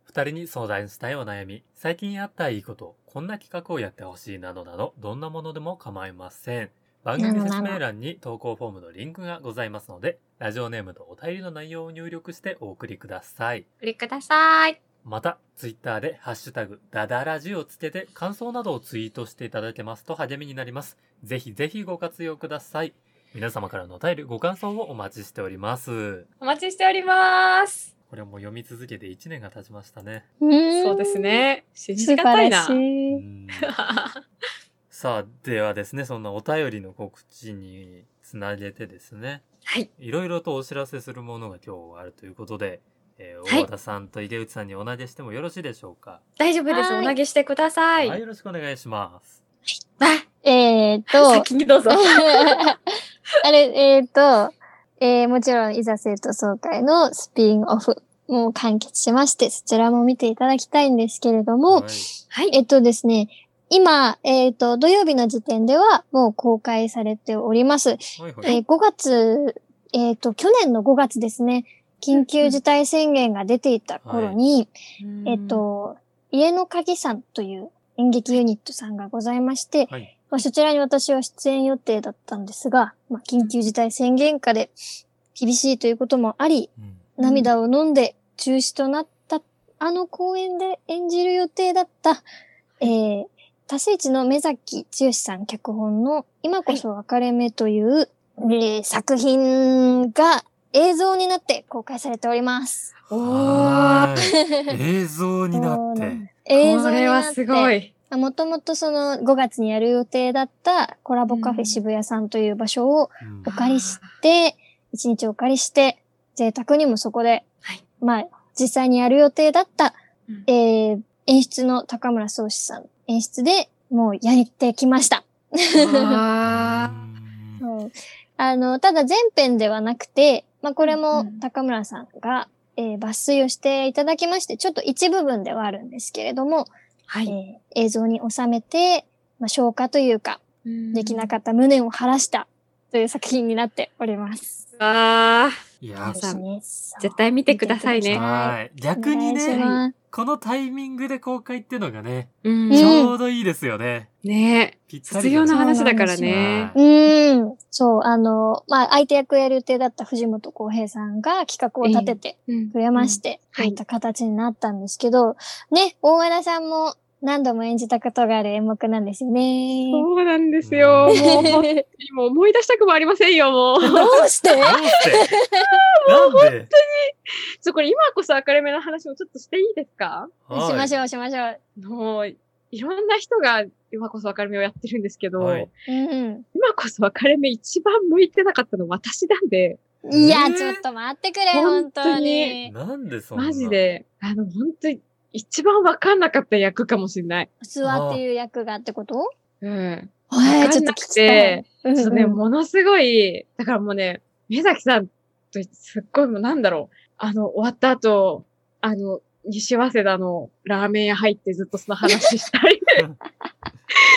Speaker 2: 二人に相談したいお悩み、最近あったいいこと、こんな企画をやってほしいなどなど、どんなものでも構いません。番組説明欄に投稿フォームのリンクがございますので、ラジオネームとお便りの内容を入力してお送りください。
Speaker 1: お送りください。
Speaker 2: また、ツイッターでハッシュタグ、ダダラジをつけて感想などをツイートしていただけますと励みになります。ぜひぜひご活用ください。皆様からのお便り、ご感想をお待ちしております。
Speaker 1: お待ちしております。
Speaker 2: これも読み続けて1年が経ちましたね。
Speaker 1: そ
Speaker 3: そう
Speaker 1: です。ね。信
Speaker 3: 素
Speaker 1: じが
Speaker 3: 晴
Speaker 1: たい
Speaker 3: ら
Speaker 1: な
Speaker 3: し。い。
Speaker 1: *laughs*
Speaker 2: さあ、ではですね、そんなお便りの告知につなげてですね、
Speaker 1: はい。
Speaker 2: いろいろとお知らせするものが今日あるということで、えー
Speaker 1: はい
Speaker 2: 大和田さんと池内さんにお投げしてもよろしいでしょうか。
Speaker 1: 大丈夫です。
Speaker 3: は
Speaker 1: お
Speaker 3: い
Speaker 1: 投げしてくださ
Speaker 2: はい、
Speaker 1: い。
Speaker 2: よろしくお願いします。
Speaker 3: えーっ
Speaker 1: *laughs*
Speaker 3: と、
Speaker 1: 先にどうぞ。
Speaker 3: あれ、えーっと、えーもちろん、いざ生徒総会のスピンオフも完結しまして、そちらも見ていただきたいんですけれど
Speaker 2: は
Speaker 3: も、
Speaker 2: い
Speaker 1: はい。
Speaker 3: えっとですね、今、えーっと、土曜日の時点ではもう公開されております。
Speaker 2: はいはい
Speaker 3: えー5月、えーっと、去年の5月ですね、緊急事態宣言が出ていた頃に、えっ、と、家の鍵さんという演劇ユニットさんがございまして、
Speaker 2: はい
Speaker 3: まあ、そちらに私は出演予定だったんですが、まあ、緊急事態宣言下で厳しいということもあり、
Speaker 2: うん
Speaker 1: うん
Speaker 3: 涙を飲んで中止となった、あの公演で演じる予定だった、えー、多世一の目崎剛さん脚本の今こそ別れ目という、えー作品が映像になって公開されてお
Speaker 1: *laughs*
Speaker 3: ります。
Speaker 1: おー。
Speaker 2: はい映像になっ
Speaker 3: そうな
Speaker 2: て
Speaker 3: ん。映像
Speaker 1: こ
Speaker 3: に
Speaker 1: れ
Speaker 3: な
Speaker 1: は
Speaker 3: って。
Speaker 1: すごい。
Speaker 3: もともとその5月にやる予定だったコラボカフ
Speaker 1: う
Speaker 3: ェ
Speaker 1: ん
Speaker 3: 渋谷さんという場所を
Speaker 2: うん
Speaker 3: お借りして、1日お借りして、贅沢にもそこで、
Speaker 1: はい
Speaker 3: まあ、実際にやる予定だった、
Speaker 1: うん
Speaker 3: えー演出の高村宗志さん演出でもうやってきました。
Speaker 1: あー
Speaker 2: うん
Speaker 3: うんあの、ただ前編ではなくて、まあこれ
Speaker 1: う
Speaker 3: も
Speaker 1: ん
Speaker 3: 高村さんが、えー抜粋をしていただきまして、ちょっと一部分ではあるんですけれども、
Speaker 1: は
Speaker 3: え
Speaker 1: い。
Speaker 3: ー映像に収めて、まあ、消化というか、できなか
Speaker 1: っ
Speaker 3: った無念を晴らしたという作品になっております。
Speaker 1: た。あ
Speaker 2: いや
Speaker 1: 皆さん
Speaker 3: ですね
Speaker 1: 絶対見てください
Speaker 3: 見て
Speaker 1: ね
Speaker 3: く。だ
Speaker 2: はい逆に
Speaker 3: お願いし
Speaker 2: ね
Speaker 3: ます
Speaker 2: このタイミングで公開ってのがね、
Speaker 1: うん
Speaker 2: ちょうどいいですよね
Speaker 1: ね
Speaker 2: ぴった
Speaker 1: 必
Speaker 2: り
Speaker 1: 要
Speaker 2: だ
Speaker 1: な
Speaker 2: ね
Speaker 1: 話だからね。
Speaker 2: はいう
Speaker 3: ーん。そう、あの、まあ、相手役をやる予定だった藤本浩平さんが企画を立てて
Speaker 1: うん
Speaker 3: くれまして、
Speaker 1: うん
Speaker 3: こういった形になったんですけど、ね、大和田さんも何度も演じたことがある演目なんですよね。
Speaker 1: そうなんですよ。も
Speaker 2: う
Speaker 1: うん本当にもう思い出したくもありませんよ、もう。
Speaker 3: どうして
Speaker 2: どうして
Speaker 1: *laughs*
Speaker 2: なんで
Speaker 1: ちょ、これ今こそ明るめの話をちょっとしていいですか
Speaker 3: しまし
Speaker 2: ょ
Speaker 3: ょう、しましょう。
Speaker 1: もう、いろんな人が今こそ明るめをやってるんですけど、
Speaker 2: はい
Speaker 3: うん。
Speaker 1: 今こそ明るめ一番向いてなかったの私なんで、
Speaker 3: いや、
Speaker 2: ねえ
Speaker 3: ちょっと待ってくれ、
Speaker 1: 本
Speaker 3: 本
Speaker 1: 当に
Speaker 3: 当に。
Speaker 2: なんでそんな
Speaker 1: マジで、あの、本当に一番わかんなかった役かもしれない。
Speaker 3: 諏訪っていう役がってこと
Speaker 1: うん。
Speaker 3: え
Speaker 1: わかんなくて、
Speaker 3: ちょっと聞きたい
Speaker 1: そうね、
Speaker 3: うんうん
Speaker 1: ものすごい、だからもうね、宮崎さんとすっごいもうなんだろう。あの、終わった後、あの、西早稲田のラーメン屋入ってずっとその話したり、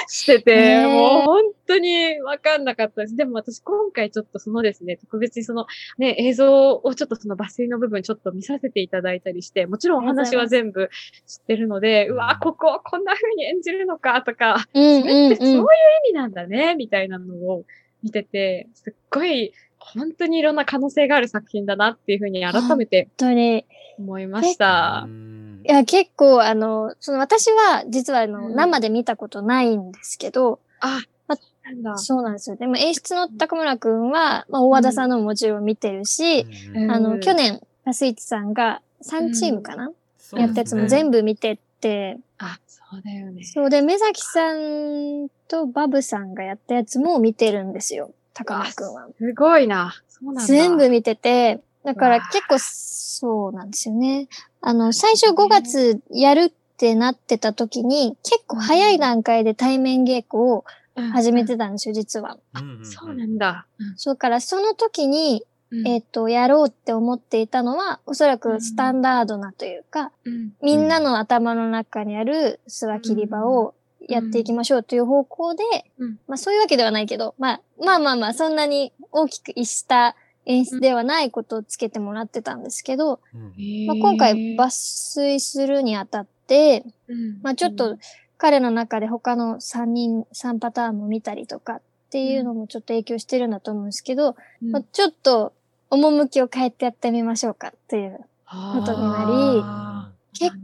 Speaker 1: してて、
Speaker 3: ねえ
Speaker 1: もう本当にわかんなかったです。でも私今回ちょっとそのですね、特別にそのね、映像をちょっとその抜粋の部分ちょっと見させていただいたりして、もちろんお話は全部知ってるので、うわ、ここをこんな風に演じるのかとか、
Speaker 3: うん
Speaker 1: それってそういう
Speaker 3: うん。
Speaker 1: 意味なんだね、みたいなのを見てて、すっごい本当にいろんな可能性がある作品だなっていうふうに改めて
Speaker 3: 本当に。
Speaker 1: 思いました
Speaker 2: う。ん
Speaker 3: いや、結構、あの、その私は、実は、あの、
Speaker 1: うん
Speaker 3: 生で見たことないんですけど、
Speaker 1: あ、
Speaker 3: あ
Speaker 1: なんだ。
Speaker 3: そうなんですよ。でも、演出の高村くんは、まあ、大和田さんのももちろん見てるし、
Speaker 1: うん
Speaker 3: あ
Speaker 1: う
Speaker 3: の、
Speaker 1: ん
Speaker 3: 去年、パスイチさんが3チームかな、やったやつも
Speaker 2: 部。
Speaker 3: 全部見てって、
Speaker 1: あ、そうだよね。
Speaker 3: そうで、目崎さんとバブさんがやったやつも見てるんですよ、高村くんは。
Speaker 1: すごいな。そうなんだ。
Speaker 3: 全部見てて、だか
Speaker 1: う
Speaker 3: ら
Speaker 1: わー
Speaker 3: 結構そうなんですよね。あの、最初5月やるってなってた時に、結構早い段階で対面稽古を
Speaker 1: うん
Speaker 3: 始めてたんですよ、実は。
Speaker 2: うん
Speaker 1: そうなん。だ。
Speaker 3: そうから、その時に、
Speaker 1: うん
Speaker 3: えっ、と、やろうって思っていたのは、おそらくスタンダードなというか、
Speaker 1: うん
Speaker 3: みんなの頭の中にある諏訪切り場をやっていきましょうという方向で、
Speaker 1: うん
Speaker 3: まあそういうわけではないけど、まあまあまあまあ、そんなに大きく逸した演出ではないことをつけてもらってたんですけど、
Speaker 2: うん
Speaker 3: まあ、今回抜粋するにあたって、
Speaker 1: うん
Speaker 3: まあちょっと彼の中で他の3人、3パターンも見たりとかっていうのもちょっと影響してるんだと思うんですけど、
Speaker 1: うん
Speaker 3: まあ、ちょっと趣を変えてやってみましょうかっていう。ことになり
Speaker 1: あー
Speaker 3: 結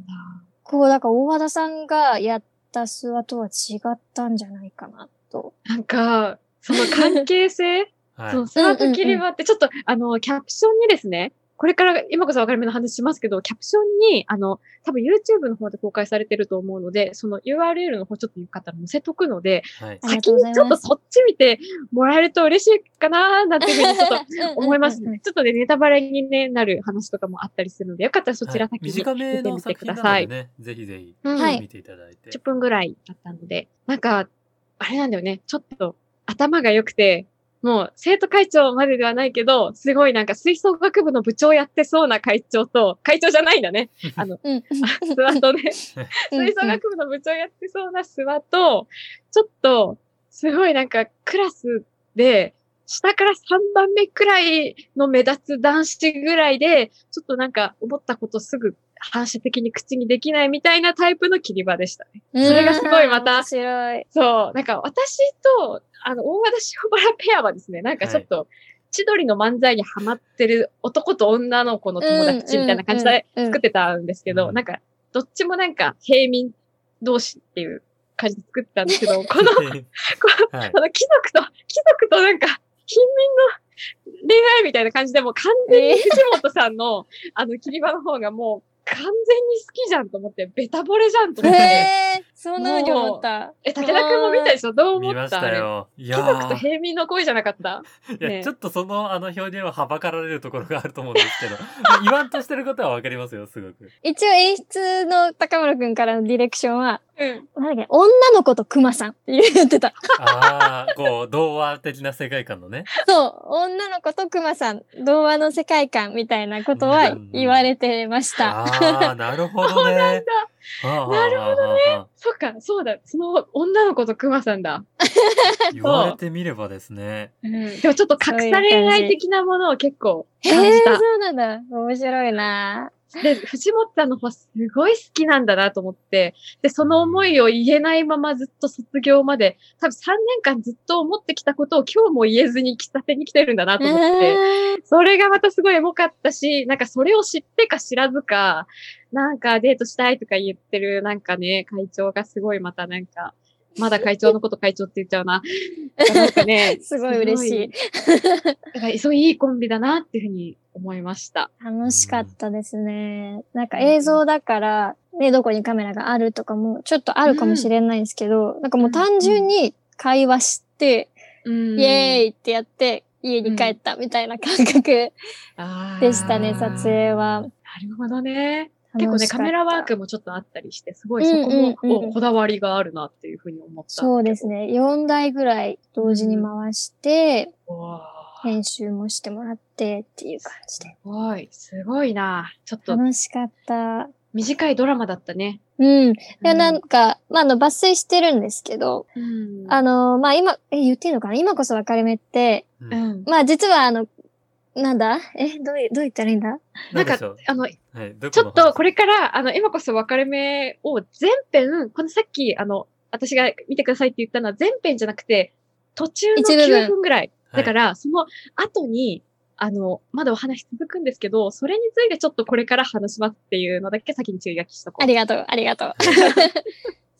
Speaker 3: こう、だから大和田さんがやった諏訪とは違ったんじゃないかなと。
Speaker 1: なんだなんか、その関係性
Speaker 2: はい
Speaker 1: そう、スワート切り場って、ちょっと、あの、キャプションにですね、これから、今こそ分かり目の話しますけど、キャプションに、あの、多分 YouTube の方で公開されてると思うので、その URL の方ちょっとよかったら載せとくので、
Speaker 2: はい。
Speaker 3: ありが
Speaker 1: 先
Speaker 3: とうご
Speaker 1: に
Speaker 3: ざいます
Speaker 1: ちょっとそっち見てもらえると嬉しいかななんていうふうにちょっ
Speaker 3: *laughs*
Speaker 1: と思います
Speaker 3: うんうんうん
Speaker 1: ね。ちょっとね、ネタバレに、ね、なる話とかもあったりするので、よかったらそちら先に
Speaker 2: はい短め
Speaker 1: 見て
Speaker 2: の
Speaker 1: みて
Speaker 2: 作
Speaker 1: く
Speaker 2: 品
Speaker 1: だ
Speaker 2: な
Speaker 1: さい。
Speaker 2: のでね、ぜひぜひ
Speaker 1: うん
Speaker 3: はい
Speaker 2: 見ていただいて
Speaker 1: 10。分ぐらいだったので、なんか、あれなんだよね、ちょっと頭が良くて、もう生徒会長までではないけど、すごいなんか吹奏楽部の部長やってそうな会長と、会長じゃないんだね。あの、
Speaker 3: うん。
Speaker 1: 諏訪とね、
Speaker 3: *laughs* うん
Speaker 1: 吹奏楽部の部長やってそうな諏訪と、ちょっと、すごいなんかクラスで、下から3番目くらいの目立つ男子ぐらいで、ちょっとなんか思ったことすぐ反射的に口にできないみたいなタイプの切り場でした。
Speaker 3: うん
Speaker 1: それがすごいまた
Speaker 3: 面白い。
Speaker 1: そう、なんか私と、あの、大和田塩原ペアはですね、なんかちょっと、千鳥の漫才にハマってる男と女の子の友達みたいな感じで
Speaker 3: うんうんうん
Speaker 1: 作ってたんですけど、
Speaker 2: うん
Speaker 1: なんか、どっちもなんか平民同士っていう感じで作ってたんですけど、この、こ
Speaker 2: はい。
Speaker 1: の貴族と、貴族となんか、貧民の恋愛みたいな感じでもう完全に藤本さんの、あの、切り場の方がもう完全に好きじゃんと思って、ベタボレじゃんと思って。
Speaker 3: へえ、そんなふうに思った。
Speaker 1: え、武田くんも見たでしょどう思
Speaker 2: 見
Speaker 1: った
Speaker 2: ましたよ。い
Speaker 1: 貴
Speaker 2: や
Speaker 1: 族
Speaker 2: ー
Speaker 1: と平民の恋じゃなかった
Speaker 2: いや
Speaker 1: ね
Speaker 2: ちょっとそのあの表現ははばかられるところがあると思うんですけど、 *laughs* 言わんとしてることはわかりますよ、すごく。
Speaker 3: 一応演出の高村くんからのディレクションは、
Speaker 1: うん。
Speaker 3: なんだっけ、女の子と熊さんって言ってた。
Speaker 2: ああ、こう、童話的な世界観のね。
Speaker 3: そう、女の子と熊さん、童話の世界観みたいなことは言われてました。
Speaker 2: ああ、なるほどね。なるほどね。
Speaker 1: そっか、そうだ。その女の子とクマさんだ。
Speaker 2: 言われてみればですね。
Speaker 1: うん。でもちょっと隠され恋愛的なものを結構
Speaker 3: へ
Speaker 1: 感
Speaker 3: え
Speaker 1: じ、た。
Speaker 3: そうなんだ。面白いな、
Speaker 1: で、藤本さんの方すごい好きなんだなと思って、で、その思いを言えないままずっと卒業まで、多分3年間ずっと思ってきたことを今日も言えずに喫茶店に来てるんだなと思って。それがまたすごいエモかったし、なんかそれを知ってか知らずか、なんかデートしたいとか言ってる、なんかね、会長がすごいまたなんか、まだ会長のこと会長って言っちゃうな。なんかね
Speaker 3: *laughs* すごい嬉しい。
Speaker 1: だからそういいコンビだなっていうふうに思いました。
Speaker 3: 楽しかったですね。なんか映像だから、ね、どこにカメラがあるとかも、ちょっとあるかもしれないんですけど、なんかもう単純に会話して、
Speaker 1: うん
Speaker 3: イエーイってやって、家に帰ったみたいな感覚でしたね、
Speaker 1: あー
Speaker 3: 撮影は。
Speaker 1: なるほどね。結構
Speaker 3: 楽
Speaker 1: ね、
Speaker 3: しかっ
Speaker 1: カ
Speaker 3: た
Speaker 1: メラワークもちょっとあったりして、すごいそこも
Speaker 3: うんうんうん
Speaker 1: おこだわりがあるなっていうふうに思った。
Speaker 3: そうですね。4台ぐらい同時に回して、
Speaker 1: わー。
Speaker 3: 編集もしてもらってっていう感じで。
Speaker 1: すごい、すごいな。ちょっと
Speaker 3: 楽しかった。
Speaker 1: 短いドラマだったね。
Speaker 3: うん。いや、なんか、まあ、あの、抜粋してるんですけど、
Speaker 1: うん、
Speaker 3: あの、まあ、今、え、言っていいのかな今こそ別れ目って、
Speaker 2: うん
Speaker 1: うん、
Speaker 3: まあ、実は、あの、なんだえ、どうい、どう言ったらいいんだ
Speaker 1: な
Speaker 2: で
Speaker 1: んか
Speaker 2: しょう、
Speaker 1: あの、
Speaker 2: はい、ど
Speaker 1: ちょっとこ
Speaker 2: れ、
Speaker 1: れから、あの、今こそ分かれ目を全編、このさっき、あの、私が見てくださいって言ったのは全編じゃなくて、途中の
Speaker 3: 一部分
Speaker 1: 9分ぐらい。
Speaker 2: はい
Speaker 1: だから、その後に、あの、まだお話続くんですけど、それについてちょっとこれから話しますっていうのだけ先に注意書きしとこう。
Speaker 3: ありがとう、ありがとう。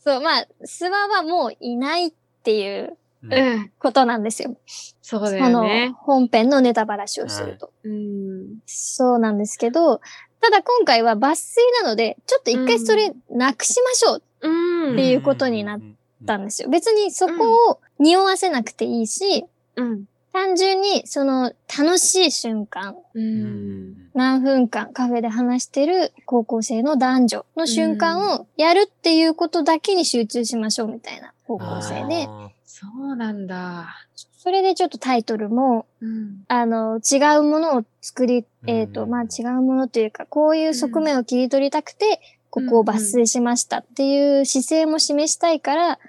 Speaker 3: そう、まあ、諏訪はもういないっていう
Speaker 2: うん
Speaker 1: うん。
Speaker 3: ことなんですよ。
Speaker 1: そうだ
Speaker 3: あ
Speaker 1: よね
Speaker 3: の、。本編のネタバラシをすると。
Speaker 1: うん。
Speaker 3: そうなんですけど、ただ今回は抜粋なので、ちょっと一回それなくしましょうって
Speaker 1: うん。
Speaker 3: っていうことになっ言ったんですよ。別にそこを匂わせなくていいし、
Speaker 1: うん。
Speaker 3: 単純にその楽しい瞬間、
Speaker 2: う
Speaker 1: う
Speaker 2: ん
Speaker 1: ん。
Speaker 3: 何分間カフェで話してる高校生の男女の瞬間をやるっていうことだけに集中しましょうみたいな方向性で、
Speaker 2: あ
Speaker 1: そうなんだ。
Speaker 3: それでちょっとタイトルも、
Speaker 1: うん。
Speaker 3: あの、違うものを作り、えっ、と、
Speaker 2: うん
Speaker 3: まあ違うものというか、こういう側面を切り取りたくて、ここを抜粋しましたっていう姿勢も示したいから、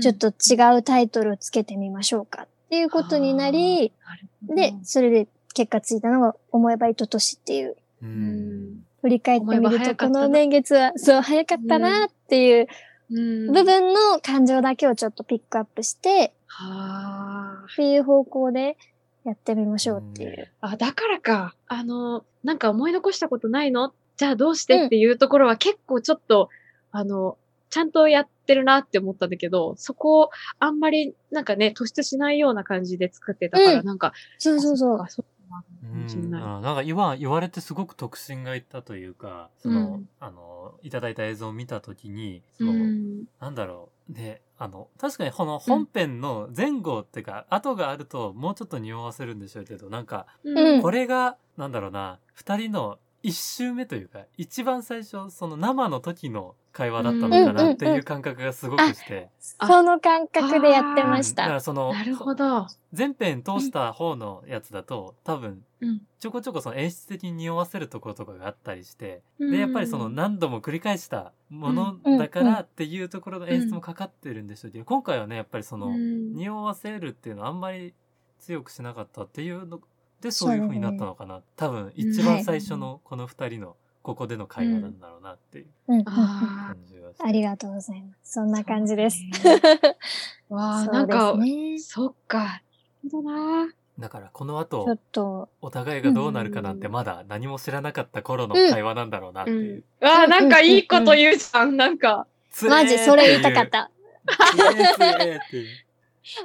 Speaker 3: ちょっと違うタイトルをつけてみましょうかっていうことになり、
Speaker 1: なるほど、
Speaker 3: で、それで結果ついたのが思えばいととしっていう、
Speaker 2: ーう
Speaker 1: うん
Speaker 2: ん
Speaker 3: 振り返ってみ
Speaker 1: 思えば
Speaker 3: る
Speaker 1: 早
Speaker 3: と
Speaker 1: かっ
Speaker 3: こ
Speaker 1: たな
Speaker 3: の年月は、そう、早かったなっていう
Speaker 1: うん、
Speaker 3: 部分の感情だけをちょっとピックアップして、
Speaker 1: はあ。
Speaker 3: っていう方向でやってみましょうっていう。
Speaker 1: あ、だからか。あの、なんか思い残したことないのじゃあどうし
Speaker 3: う
Speaker 1: て
Speaker 3: ん
Speaker 1: っていうところは結構ちょっと、あの、ちゃんとやってるなって思ったんだけど、そこをあんまりなんかね、突出しないような感じで作ってたから、
Speaker 3: う
Speaker 1: なんか、
Speaker 3: そうそうそ
Speaker 1: あっ
Speaker 3: う。
Speaker 1: かそう
Speaker 2: う
Speaker 1: なのかもしれ
Speaker 2: ん
Speaker 1: ない。
Speaker 2: あなんか今言われてすごく特進がいったというかその、
Speaker 1: うん
Speaker 2: あのいただいた映像を見た時にその、
Speaker 1: うん。
Speaker 2: なんだろうねあの確かにこの本編の前後っていうか、後があるともうちょっと匂わせるんでしょうけどなんか
Speaker 1: うん
Speaker 3: うん
Speaker 2: これが、なんだろうな2人の1周目というか一番最初その生の時の会話だったのかなっていう感覚がすごくして、
Speaker 1: あ
Speaker 3: その感覚でやって
Speaker 2: うん
Speaker 3: まし
Speaker 2: だか
Speaker 3: た。
Speaker 2: らその
Speaker 1: なるほど。
Speaker 2: 前編通した方のやつだと多分
Speaker 1: うん
Speaker 2: ちょこちょこその演出的に匂わせるところとかがあったりして、でやっぱりその何度も繰り返したものだからっていうところの演出もかかってるんでしょうけど今回はねやっぱりその
Speaker 1: うん
Speaker 2: 匂わせるっていうのはあんまり強くしなかったっていうのでそういう風になったのかな、多分一
Speaker 1: は
Speaker 2: 番
Speaker 1: い
Speaker 2: 最初のこの2人のここでの会話なんだろうなっていう
Speaker 3: うんうんうん
Speaker 1: あ
Speaker 3: *laughs*
Speaker 2: 感じがして、
Speaker 3: ありがとうございます。そんな感じです。
Speaker 1: そうだね *laughs* わあ、
Speaker 3: そ
Speaker 1: なんか
Speaker 3: う、ですね。
Speaker 1: そっか。なるほどな。
Speaker 2: だからこの
Speaker 3: ちょ
Speaker 2: 後
Speaker 3: っと、
Speaker 2: お互いがどうなるかなんてまだ何も知らなかった頃の会話なんだろうなっていう、
Speaker 1: うんわあ、なんかいいこと言うじゃん、なんか。
Speaker 2: つえーっ
Speaker 3: マ
Speaker 2: てい
Speaker 3: ジ
Speaker 2: う
Speaker 3: それ言いたかった。
Speaker 2: つえーつえーっていう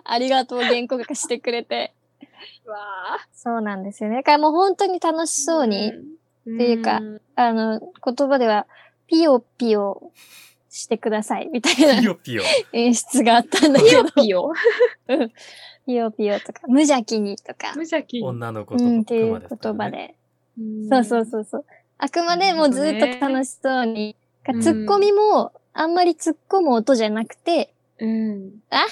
Speaker 3: ありがとう、原稿化してくれて。
Speaker 1: わあ。
Speaker 3: そうなんですよね。だからもう本当に楽しそうに、
Speaker 1: ん。
Speaker 3: っていうか
Speaker 1: ん
Speaker 3: あの、言葉では、ピヨピヨしてください、みたい
Speaker 2: ピ
Speaker 3: な
Speaker 2: ヨピヨ。
Speaker 3: 演出があったんだけ
Speaker 1: ピ
Speaker 3: ど
Speaker 1: ヨ、ピ
Speaker 3: *laughs*
Speaker 1: ヨ。
Speaker 3: ピヨピヨとか、無邪気にとか、
Speaker 1: 無邪気。
Speaker 2: 女の子と
Speaker 3: うん、ってい
Speaker 2: 熊
Speaker 3: う
Speaker 2: ですから
Speaker 3: 言葉
Speaker 2: ね。
Speaker 1: う
Speaker 3: で。
Speaker 1: ん
Speaker 3: そうそうそうそう。あくまでもうずっと楽しそうに。かツッコミも、あんまり突っ込む音じゃなくて、
Speaker 1: うん。
Speaker 3: あ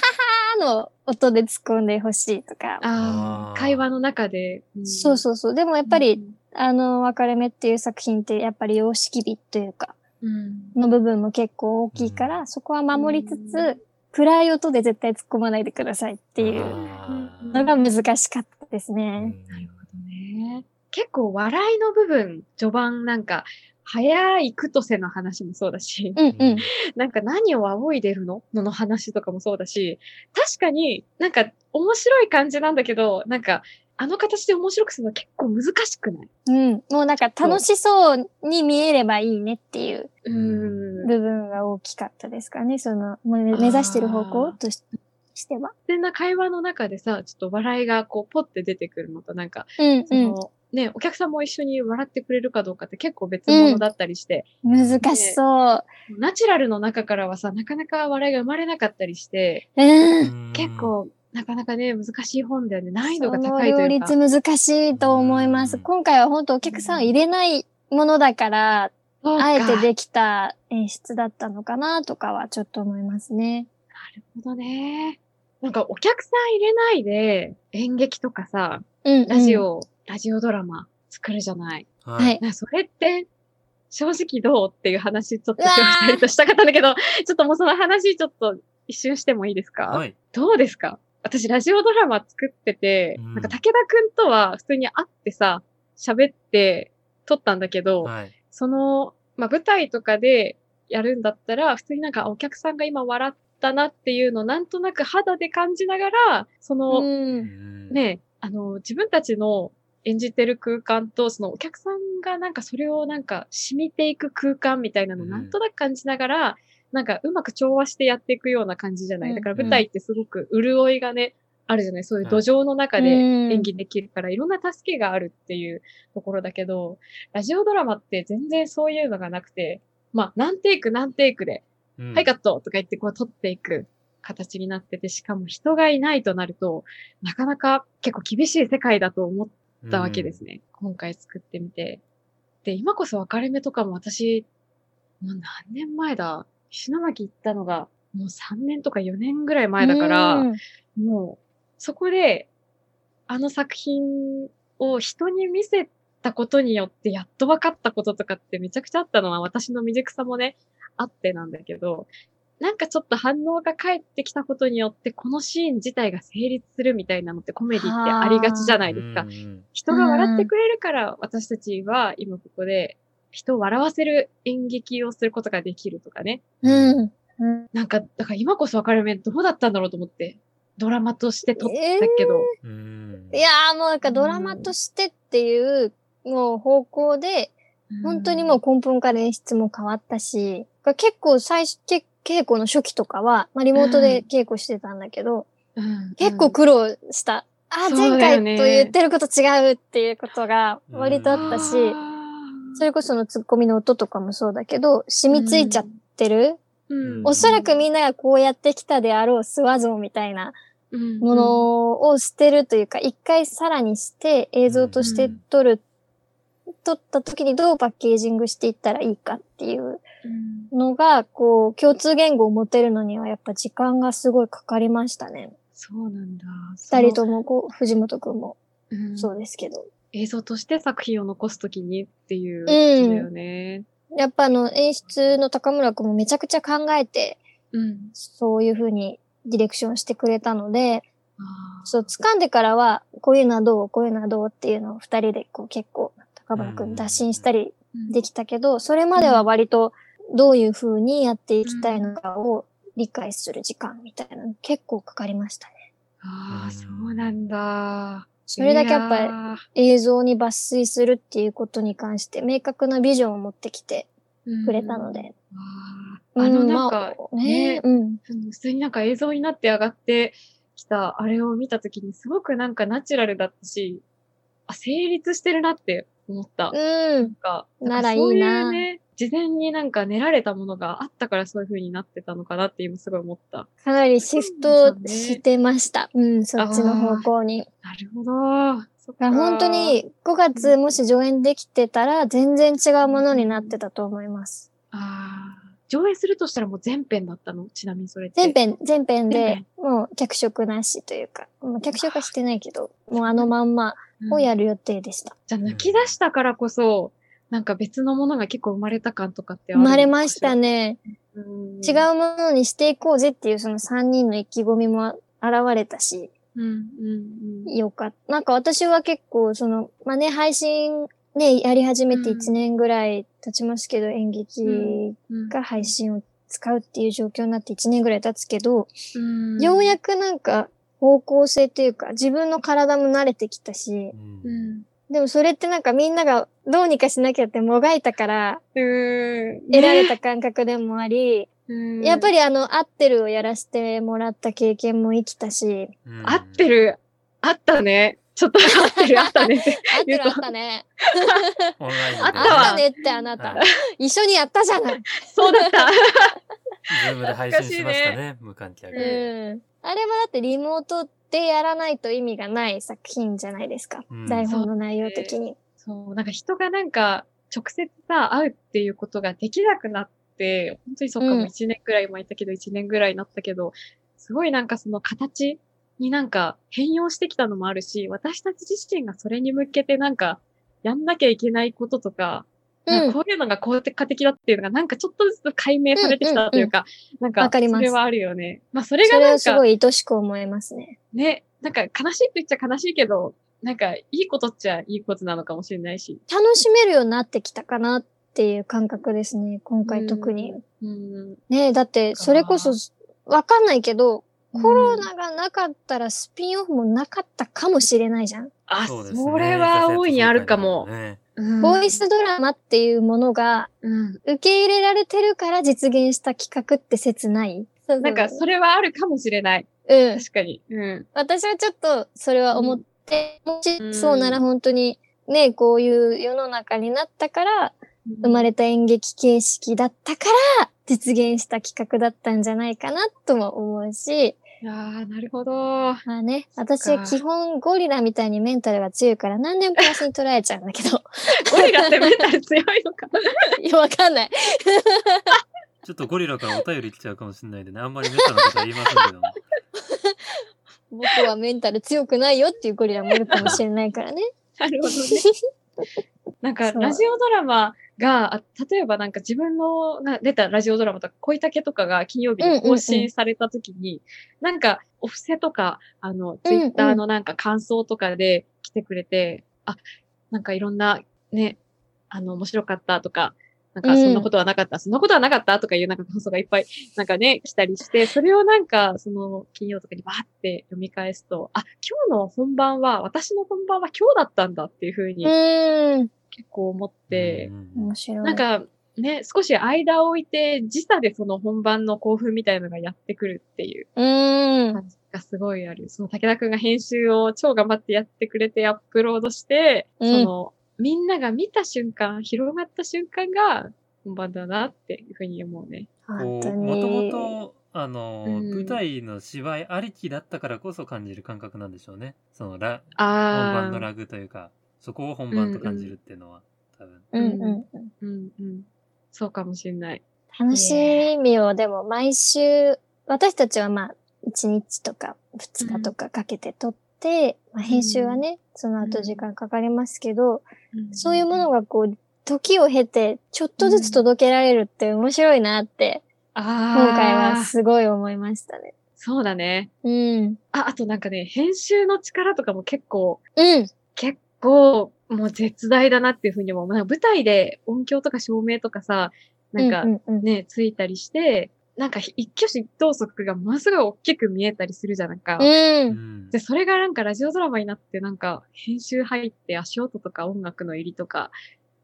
Speaker 3: の音で突っ込んでほしいとか。
Speaker 1: あ
Speaker 2: あ
Speaker 1: あ、
Speaker 2: ー
Speaker 1: 会話の中で。
Speaker 3: そう
Speaker 1: う
Speaker 3: そうそう。でもや
Speaker 1: ん。
Speaker 3: っぱり、
Speaker 1: うん
Speaker 3: あの、分かれ目っていう作品って、やっぱり様式美というか、
Speaker 1: うん。
Speaker 3: の部分も結構大きいから、
Speaker 2: う
Speaker 3: そこは守りつつ、
Speaker 1: うん
Speaker 3: 暗い音で絶対突っ込まないでくださいっていう
Speaker 1: あ
Speaker 2: あー
Speaker 3: のが難しかったですね。
Speaker 1: なるほどね。結構笑いの部分、序盤なんか、早いクトセの話もそうだし、 *laughs*
Speaker 3: うんうん。
Speaker 1: なんか何を仰いでるののの話とかもそうだし、確かになんか面白い感じなんだけど、なんかあの形で面白くするのは結構難しくない
Speaker 3: うん。もうなんか楽しそうに見えればいいねっていう
Speaker 1: う
Speaker 2: うん
Speaker 1: ん。
Speaker 3: 部分が大きかったですかね。その、もう目目指してる方向とししては。
Speaker 1: 自然な会話の中でさ、ちょっと笑いがこうポッて出てくるのとなんか、
Speaker 3: うん
Speaker 1: そ
Speaker 3: うん。
Speaker 1: の、ね、お客さんも一緒に笑ってくれるかどうかって結構別物だったりして、
Speaker 3: 難しそう。
Speaker 1: ナチュラルの中からはさ、なかなか笑いが生まれなかったりして、
Speaker 3: うん。
Speaker 2: うん
Speaker 1: 結構なかなかね、難しい本だよね。難易度が
Speaker 3: その
Speaker 1: 高いと
Speaker 3: 両
Speaker 1: いうか。
Speaker 3: 立難しいと思います。
Speaker 2: うん
Speaker 3: 今回は本当お客さんを入れないものだから、
Speaker 1: そうか
Speaker 3: あえてできた演出だったのかなとかはちょっと思いますね。
Speaker 1: なるほどね。なんかお客さん入れないで演劇とかさ、
Speaker 3: うん、うん。
Speaker 1: ラジオ、ラジオドラマ作るじゃない。
Speaker 2: はい
Speaker 3: はい
Speaker 1: なそれって正直どうっていう話、ちょっと
Speaker 3: う
Speaker 1: 今
Speaker 3: わー
Speaker 1: 日したりとしたかったんだけど、ちょっともうその話、ちょっと一周してもいいですか、
Speaker 2: はい。
Speaker 1: どうですか私、ラジオドラマ作ってて、
Speaker 2: うん
Speaker 1: なんか武田くんとは普通に会ってさ、喋って撮ったんだけど、
Speaker 2: はい。
Speaker 1: その、まあ、舞台とかでやるんだったら、普通になんかお客さんが今笑ったなっていうのをなんとなく肌で感じながら、その、
Speaker 3: うん。
Speaker 1: ね、あの、自分たちの演じてる空間と、そのお客さんがなんかそれをなんか染みていく空間みたいなのを
Speaker 2: うん
Speaker 1: なんとなく感じながら、なんかうまく調和してやっていくような感じじゃな
Speaker 3: う
Speaker 1: い。
Speaker 3: ん
Speaker 1: だから舞台ってすごく潤いがね、あるじゃない。そういう土壌の中で
Speaker 3: うん
Speaker 1: 演技できるから、いろんな助けがあるっていうところだけど、ラジオドラマって全然そういうのがなくて、まあ何テイク何テイクで、
Speaker 2: うん
Speaker 1: はい、カットとか言ってこう撮っていく形になってて、しかも人がいないとなると、なかなか結構厳しい世界だと思ったわけですね。今回作ってみて。で、今こそ別れ目とかも私、もう何年前だ石巻行ったのが、もう3年とか4年ぐらい前だから、
Speaker 3: うん
Speaker 1: もう、そこで、あの作品を人に見せたことによって、やっと分かったこととかってめちゃくちゃあったのは、私の未熟さもね、あってなんだけど、なんかちょっと反応が返ってきたことによって、このシーン自体が成立するみたいなのってコメディってありがちじゃないですか
Speaker 2: うん。うん
Speaker 1: 人が笑ってくれるから、私たちは今ここで人を笑わせる演劇をすることができるとかね。
Speaker 3: うん。うん
Speaker 1: なんか、だから今こそ分かる面どうだったんだろうと思って、ドラマとして撮ったけど、
Speaker 2: うん
Speaker 3: いやーもうなんかドラマとしてっていう、もう方向で、本当にもう根本から演出も変わったし、結構最初、け稽古の初期とかは、まあ、リモートで稽古してたんだけど、
Speaker 1: うん、うん
Speaker 3: 結構苦労した。ああ、
Speaker 1: そうだよ
Speaker 3: 前回と
Speaker 1: ね
Speaker 3: 言ってること違うっていうことが割とあったし、
Speaker 1: うん
Speaker 3: それこそのツッコミの音とかもそうだけど、染みついちゃってる。
Speaker 1: うん
Speaker 3: おそらくみんながこうやってきたであろう諏訪像みたいなものを捨てるというか、一回さらにして映像として撮る、撮った時にどうパッケージングしていったらいいかっていう
Speaker 1: うん
Speaker 3: のが、こう、共通言語を持てるのにはやっぱ時間がすごいかかりましたね。
Speaker 1: そうなんだ。
Speaker 3: 二人
Speaker 1: そ
Speaker 3: とも、こう、藤本くんも
Speaker 1: の、うん
Speaker 3: そうですけど。
Speaker 1: 映像として作品を残すときにっていうこと
Speaker 3: うん
Speaker 1: だよね。
Speaker 3: やっぱあの、演出の高村くんもめちゃくちゃ考えて、
Speaker 1: うん。
Speaker 3: そういう風にディレクションしてくれたので、
Speaker 1: あー
Speaker 3: そう、掴んでからは、こういうのはどう、こういうのはどうっていうのを二人でこう結構、高村くん打診したり
Speaker 1: うん
Speaker 3: できたけど、それまでは割とどういう風にやっていきたいのかを理解する時間みたいなの結構かかりましたね。
Speaker 1: ああ、そうなんだ。
Speaker 3: それだけやっぱり
Speaker 1: ぱ
Speaker 3: 映像に抜粋するっていうことに関して明確なビジョンを持ってきて
Speaker 1: り
Speaker 3: くれたの。で。
Speaker 1: うんあーあの、
Speaker 3: う
Speaker 1: なん
Speaker 3: ま
Speaker 1: か、
Speaker 3: あね、うん。
Speaker 1: その普通になんか映像になって上がってきたあれを見たときにすごくなんかナチュラルだったし、あ、成立してるなって思った。
Speaker 3: うん。
Speaker 1: か、
Speaker 3: なら
Speaker 1: んかそうう
Speaker 3: いいな
Speaker 1: ね、事前になんか練られたものがあったからそういう風になってたのかなって今すごい思った。
Speaker 3: かなりシフトしてました。うん、そっちの方向に。
Speaker 1: なるほど。そっか。
Speaker 3: 本当。に5月もし上演できてたら全然違うものになってたと思います。
Speaker 1: ああ。上映するとしたらもう全編だったのちなみにそれって。
Speaker 3: 全。編、全
Speaker 1: 全
Speaker 3: 編で
Speaker 1: 編
Speaker 3: もう脚色なしというか、もう脚色はしてないけど、もうあのまんまを
Speaker 1: や
Speaker 3: やる予定でした。
Speaker 1: じゃあ抜き出したからこそ、なんか別のものが結構生まれた感とかってあ
Speaker 3: 生
Speaker 1: るの
Speaker 3: ま
Speaker 1: かしら
Speaker 3: れました。ね。
Speaker 1: うん
Speaker 3: 違うものにしていこうぜっていうその3人の意気込みも現れたし、
Speaker 1: うん。うんうん。
Speaker 3: よかった。なんか私は結構その、まあね、配信ね、やり始めて
Speaker 1: うん
Speaker 3: 1年ぐらい経ちますけど、演劇
Speaker 1: うん
Speaker 3: が配信を使うっていう状況になって1年ぐらい経つけど、
Speaker 1: うん
Speaker 3: ようやくなんか方向性というか自分の体も慣れてきたし、
Speaker 2: う
Speaker 1: うんん。
Speaker 3: でもそれってなんかみんながどうにかしなきゃってもがいたから
Speaker 1: うん。
Speaker 3: 得られた感覚でもあり、
Speaker 1: うん。
Speaker 3: やっぱりあの合ってるをやらせてもらった経験も生きたし、
Speaker 2: うん
Speaker 1: 合ってる。あったね。ちょっと合ってる、あったね。
Speaker 3: 合って
Speaker 1: 言う
Speaker 3: る
Speaker 1: と
Speaker 3: あったね。
Speaker 2: オンラインで
Speaker 1: あっ
Speaker 3: あ
Speaker 1: た
Speaker 3: っ
Speaker 1: わ
Speaker 3: たねってあなた。
Speaker 2: はい
Speaker 3: 一緒にやったじゃない。
Speaker 1: *laughs* そうだった。
Speaker 2: ズームで配信しましたね、無観客
Speaker 3: うん。
Speaker 2: で。
Speaker 3: あれはだってリモートでやらないと意味がない作品じゃないですか。
Speaker 2: うん
Speaker 3: 台本の内容的に。
Speaker 1: そう、なんか人がなんか直接さ、会うっていうことができなくなって、本当にそっか、
Speaker 3: うん
Speaker 1: もう1年くらい前いたけど、1年ぐらいになったけど、すごいなんかその形になんか変容してきたのもあるし、私たち自身がそれに向けてなんか、やんなきゃいけないこととか、
Speaker 3: うん
Speaker 1: なんかこういうのが効果的だっていうのが、なんかちょっとずつ解明されてきたというか、なん
Speaker 3: わか
Speaker 1: か、
Speaker 3: り
Speaker 1: そ
Speaker 3: ます
Speaker 1: れはあるよね。まあ、それ
Speaker 3: そ
Speaker 1: が
Speaker 3: れ
Speaker 1: な
Speaker 3: は
Speaker 1: ん
Speaker 3: す
Speaker 1: か
Speaker 3: ご、い愛しく思いますね。
Speaker 1: ね、なんか悲しいって言っちゃ悲しいけど、なんか、いいことっちゃいいことなのかもしれないし。
Speaker 3: 楽しめるようになってきたかなっていう感覚ですね、今回特に。
Speaker 1: うん。
Speaker 3: ねえ、だって、それこそ、わかんないけ
Speaker 1: う
Speaker 3: ど、
Speaker 1: ん
Speaker 3: コロナがなかったらスピンオフもなかったかもしれないじゃん。
Speaker 1: あ、
Speaker 2: う
Speaker 1: そ
Speaker 2: ですね
Speaker 1: れは大いにあるかも。
Speaker 2: ね
Speaker 1: うん
Speaker 3: ボイスドラマっていうものが
Speaker 1: うん。
Speaker 3: 受け入れられてるから実現した企画って説ない
Speaker 1: なんか、それはあるかもしれない。
Speaker 3: うん。
Speaker 1: 確かに。うん。
Speaker 3: 私はちょっとそれは思って、もしそうなら本当にね、こういう世の中になったから、生まれた演劇形式だったから実現した企画だったんじゃないかなとも思うし、
Speaker 1: いやー、なるほど。
Speaker 3: まあね、私は基本ゴリラみたいにメンタルが強いから何でもプラスに捉えちゃうんだけ *laughs* ど、
Speaker 1: ゴリラってメンタル強いのか。
Speaker 3: いやわかんない。
Speaker 2: ちょっとゴリラからお便り来ちゃうかもしれないんでね、あんまりメタなことは言いませんけども。
Speaker 3: 僕はメンタル強くないよっていうゴリラもいるかもしれないからね。
Speaker 1: *laughs* なるほどね。
Speaker 3: *laughs*
Speaker 1: なんか、
Speaker 3: そう
Speaker 1: ラジオドラマが、あ例えばなんか自分のが出たラジオドラマとか、恋竹とかが金曜日に更新された時に、なんか、お布施とか、あの、ツイッターのなんか感想とかで来てくれて、あ、なんかいろんな、ね、あの、面白かったとか、なんか、
Speaker 3: うん
Speaker 1: そんなことはなかった、そんなことはなかったとかいうなんか感想がいっぱい、なんかね、来たりして、それをなんか、その、金曜とかにバーって読み返すと、あ、今日の本番は、私の本番は今日だったんだっていうふう
Speaker 3: う
Speaker 1: に
Speaker 3: ーん。
Speaker 1: 結構思って
Speaker 2: う、ん
Speaker 3: 面白い。
Speaker 1: なん、かね、少し間を置いて、時差でその本番の興奮みたいのがやってくるっていう
Speaker 3: うーん。
Speaker 1: 感じがすごいある。その武田くんが編集を超頑張ってやってくれてアップロードして、
Speaker 3: うん
Speaker 1: その、みんなが見た瞬間、広がった瞬間が本番だなっていうふうに思うね。
Speaker 3: 本
Speaker 2: こ
Speaker 3: 当
Speaker 2: う
Speaker 3: に。
Speaker 2: もともとあの、
Speaker 1: うん
Speaker 2: 舞台の芝居ありきだったからこそ感じる感覚なんでしょうねそのラ本
Speaker 1: あ
Speaker 2: 番の
Speaker 1: あ。
Speaker 2: ラグというかそこを本番と感じるっていうのは、多分
Speaker 3: うんうんうん。
Speaker 1: うんうん。そうかもしれない。
Speaker 3: 楽しみを、でも毎週、私たちはまあ、1日とか2日とかかけて撮って、まあ、編集はね、その後時間かかりますけど、そういうもの
Speaker 1: が。
Speaker 3: がこう、時を経て、ちょっとずつ届けられるって面白いなって、
Speaker 1: ああ。
Speaker 3: 今回はすごい思いましたね。
Speaker 1: そうだね。
Speaker 3: うん。
Speaker 1: あ、あとなんかね、編集の力とかも結構、
Speaker 3: うん。
Speaker 1: 結構もう絶大だなっていうふうにも思う。なんか舞台で音響とか照明とかさ、なんか
Speaker 3: う
Speaker 1: ね、
Speaker 3: んうんうん
Speaker 1: ついたりして、なんか一挙手一投足がものすごい大きく見えたりするじゃんなんか。
Speaker 3: うん。
Speaker 2: うん
Speaker 1: で、それがなんかラジオドラマになって、なんか編集入って足音とか音楽の入りとか、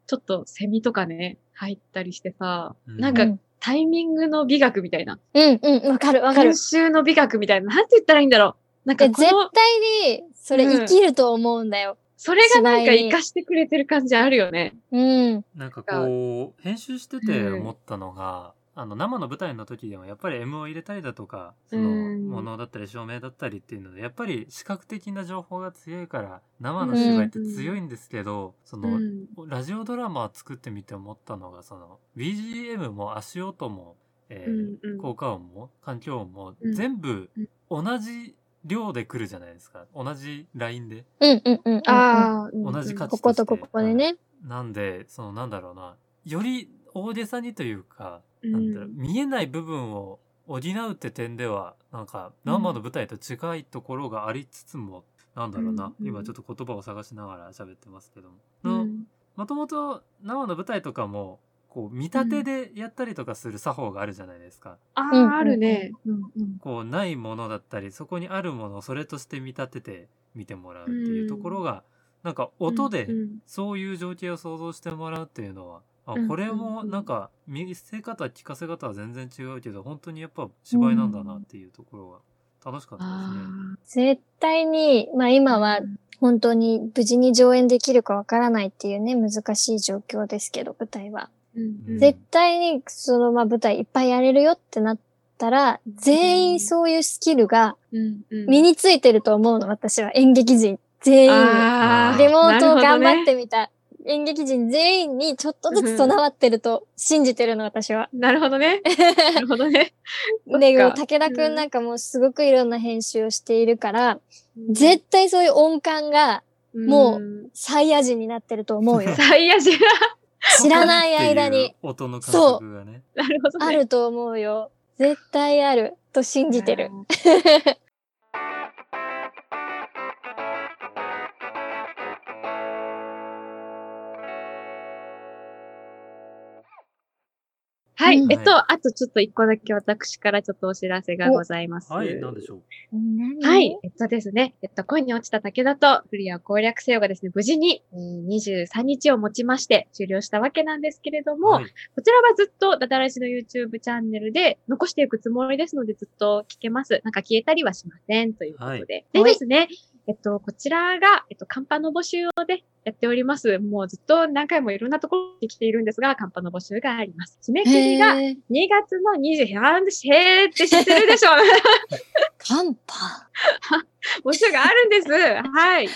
Speaker 1: ちょっとセミとかね、入ったりしてさ、
Speaker 2: うん
Speaker 1: なん
Speaker 3: う
Speaker 1: か
Speaker 3: ん
Speaker 1: タイミングの美学みたいな。
Speaker 3: うんうん、わかるわかる
Speaker 1: 編。集の美学みたいな。なんて言ったらいいんだろう。なんか
Speaker 3: で
Speaker 1: こ
Speaker 3: 絶
Speaker 1: の、
Speaker 3: 対に、それ
Speaker 1: うん
Speaker 3: 生きると思うんだよ。
Speaker 1: それがなんか
Speaker 3: 芝居に
Speaker 1: 活かしてくれてる感じあるよね。
Speaker 3: うん。
Speaker 2: なんかこう編集してて
Speaker 1: うん
Speaker 2: 思ったのが、あの生の舞台の時でもやっぱり M を入れたりだとかその
Speaker 1: うん
Speaker 2: ものだったり照明だったりっていうのでやっぱり視覚的な情報が強いから生の芝居って強いんですけど、その、
Speaker 1: うん
Speaker 2: ラジオドラマ作ってみて思ったのがその BGM も足音も、えー
Speaker 1: うんうん
Speaker 2: 効果音も環境音も
Speaker 1: うん
Speaker 2: 全部
Speaker 1: うん
Speaker 2: 同じ量で来るじゃないですか同じラインで
Speaker 3: うんうんうんうん。
Speaker 1: ああ、
Speaker 2: 同じ価値
Speaker 3: こことここでね。
Speaker 2: なんでそのなんだろうなより大げさにというか
Speaker 1: う
Speaker 2: なんだろうん見えない部分を補うって点ではなんか生の舞台と近いところがありつつも、なんだろうな、
Speaker 1: うん
Speaker 2: 今ちょっと言葉を探しながら喋ってますけども、
Speaker 1: うん
Speaker 2: のもともと生の舞台とかもこう見立てでやったりとかする作法があるじゃないですか、
Speaker 1: あ
Speaker 3: うん
Speaker 1: あ、あるね。うんうん
Speaker 2: こうないものだったりそこにあるものをそれとして見立てて見てもらうっていうところが、なんか音で
Speaker 1: うん
Speaker 2: そういう情景を想像してもらうっていうのは、あ
Speaker 1: うん
Speaker 2: これもなんか見せ方聞かせ方は全然違うけど本当にやっぱ芝居なんだなっていうところが楽しかったですね。
Speaker 1: あ
Speaker 3: 絶対に、まあ今は
Speaker 1: ー
Speaker 3: 本当に無事に上演できるかわからないっていうね、難しい状況ですけど、舞台は。
Speaker 1: うん
Speaker 2: で
Speaker 3: 絶対に、そのまあ舞台いっぱいやれるよってなったら、全員そういうスキルが
Speaker 1: うんうん
Speaker 3: 身についてると思うの、私は。演劇人全員に。
Speaker 1: あー
Speaker 3: リモートを頑
Speaker 1: なるほ
Speaker 3: 張
Speaker 1: どね
Speaker 3: ってみた。演劇人全員にちょっとずつ備わってると信じてるの、私は。
Speaker 1: なるほど *laughs* ね。なるほどね。そっ
Speaker 3: で、
Speaker 1: か
Speaker 3: 武田くんなんかもすごくいろんな編集をしているから、
Speaker 1: ぜ
Speaker 3: 絶対そういう音感が
Speaker 1: うん
Speaker 3: *laughs* もサイヤ人になってると思うよ。
Speaker 1: サイヤ人。
Speaker 3: 知らない間に。
Speaker 2: 音の感覚がね。
Speaker 1: なるほど、ね。
Speaker 3: あると思うよ。絶対ある。と信じてる。
Speaker 1: うん。 *laughs* はい、
Speaker 3: うん
Speaker 1: えっと、あとちょっと一個だけ私からちょっとお知らせがございます。
Speaker 2: はい、なんでしょう。
Speaker 1: はい。。えっとですね、えっと、恋に落ちた武田と古谷攻略せよがですね、無事にえー23日をもちまして終了したわけなんですけれども、
Speaker 2: はい
Speaker 1: こちらはずっとダダラジの YouTube チャンネルで残していくつもりですのでずっと聞けます。なんか消えたりはしませんということで。
Speaker 2: はい
Speaker 3: は
Speaker 1: で
Speaker 3: い
Speaker 1: ですね、えっと、こちらが、えっと、カンパの募集をね、やっております。もうずっと何回もいろんなところに来ているんですが、カンパの募集があります。締め切りが2
Speaker 3: へー
Speaker 1: 月の20日、なんでへーって知ってるでしょ
Speaker 3: カンパ。
Speaker 1: *laughs* 募集があるんです。はい。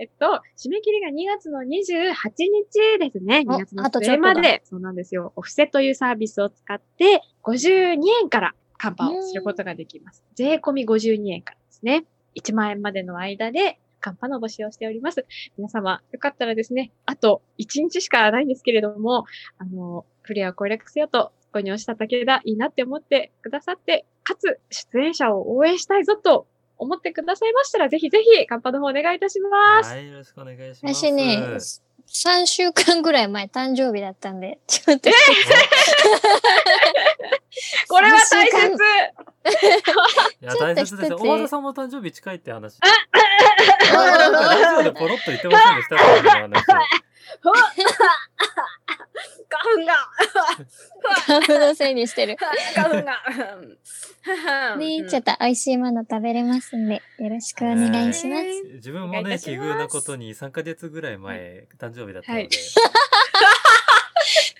Speaker 1: えっと、締め切りが2月の28日ですね。
Speaker 3: お
Speaker 1: 2月の
Speaker 3: あとちょっ
Speaker 1: 末
Speaker 3: とだ
Speaker 1: まで。そうなんですよ。オフセというサービスを使って、52円からカンパをすることができます。税込み52円からですね。1万円までの間で、カンパの募集をしております。皆様、よかったらですね、あと1日しかないんですけれども、あの、クリアを攻略せよと、購入しただけだ、いいなって思ってくださって、かつ、出演者を応援したいぞと思ってくださいましたら、ぜひぜひ、カンパの方お願いいたします。
Speaker 2: はい、よろしくお願いします。
Speaker 3: 私ね、3週間ぐらい前誕生日だったんで、ちょっと。
Speaker 1: これは大
Speaker 3: 三週
Speaker 1: 切
Speaker 3: 間
Speaker 2: いや、大切です
Speaker 3: ちょ
Speaker 2: よ。
Speaker 3: っと一
Speaker 2: 大
Speaker 3: つ
Speaker 2: 和田さんも誕生日近いって話。なんかラジオでポロッと言ってませんでしたかその話
Speaker 1: 花粉が
Speaker 3: カンプのせいにしてる。
Speaker 1: 花粉が
Speaker 3: ねちょっと美味しいもの食べれますんで、よろしくお願いします。
Speaker 1: す。
Speaker 2: 自分も
Speaker 1: お願
Speaker 2: ね、
Speaker 1: いいたし
Speaker 2: 奇
Speaker 1: ます
Speaker 2: 遇なことに3ヶ月ぐらい前、誕生日だったの
Speaker 1: は
Speaker 2: で
Speaker 1: い、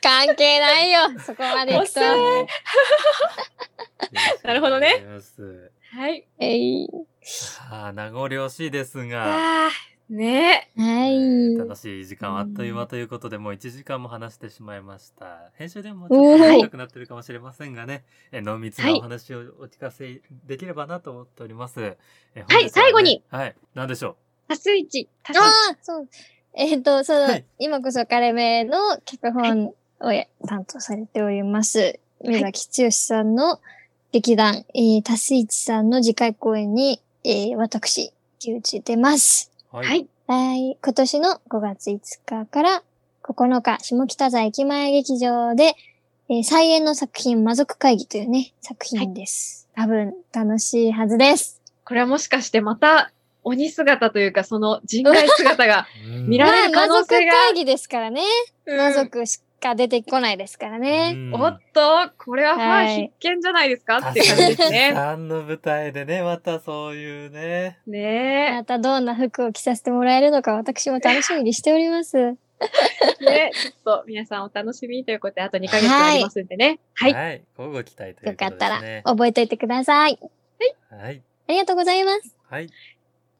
Speaker 3: 関係ないよ、そこまで行く
Speaker 1: 遅
Speaker 3: と。
Speaker 2: な
Speaker 1: なるほどね。はい。
Speaker 3: えい。
Speaker 2: さあ、名残惜しいですが、
Speaker 1: あーね
Speaker 3: は
Speaker 2: え
Speaker 3: い
Speaker 2: ー。楽しい時間はあっという間ということで、もう1時間も話してしまいました。編集でもちょっと長くなってるかもしれませんがね、え濃密なお話をお聞かせできればなと思っております。え本日はね
Speaker 1: 最後に
Speaker 2: はい、なんでしょ
Speaker 1: 足す1、足す
Speaker 3: あ
Speaker 1: 1。
Speaker 3: あ、そう。えっ、と、そう、
Speaker 2: はい
Speaker 3: 今こそカレメの脚本をや担当されております。宮崎剛さんの劇団、えー、たすいちさんの次回公演に、えー、私、木内出ます。
Speaker 2: うは
Speaker 1: はい
Speaker 3: 来、今年の5月5日から9日、下北沢駅前劇場で、えー、再演の作品、魔族会議というね、作品です。多分、楽しいはずです。
Speaker 1: これはもしかしてまた、鬼姿というか、その人外姿 *laughs* が。
Speaker 2: うん
Speaker 1: 見られる可能性が
Speaker 3: まあ魔族会議ですからね。魔族しか出てこないですからね。
Speaker 2: うん
Speaker 1: おっと、これはフ
Speaker 3: は
Speaker 1: ァン
Speaker 3: い
Speaker 1: 必見じゃないですか
Speaker 2: 確か
Speaker 1: って感じです *laughs* ね。
Speaker 2: さんの舞台でね、またそういうね。
Speaker 1: ね
Speaker 3: またどんな服を着させてもらえるのか私も楽しみにしております。
Speaker 1: え、ねちょっと皆さんお楽しみにということで、あと2ヶ月ありますんでね。はい。
Speaker 2: はい。交互期待とい
Speaker 3: よ
Speaker 2: うこ
Speaker 3: か
Speaker 2: とで
Speaker 3: った
Speaker 2: す
Speaker 3: ら
Speaker 2: ね。
Speaker 3: 覚えておいてください。
Speaker 2: はい。
Speaker 3: ありがとうございます。
Speaker 2: はい。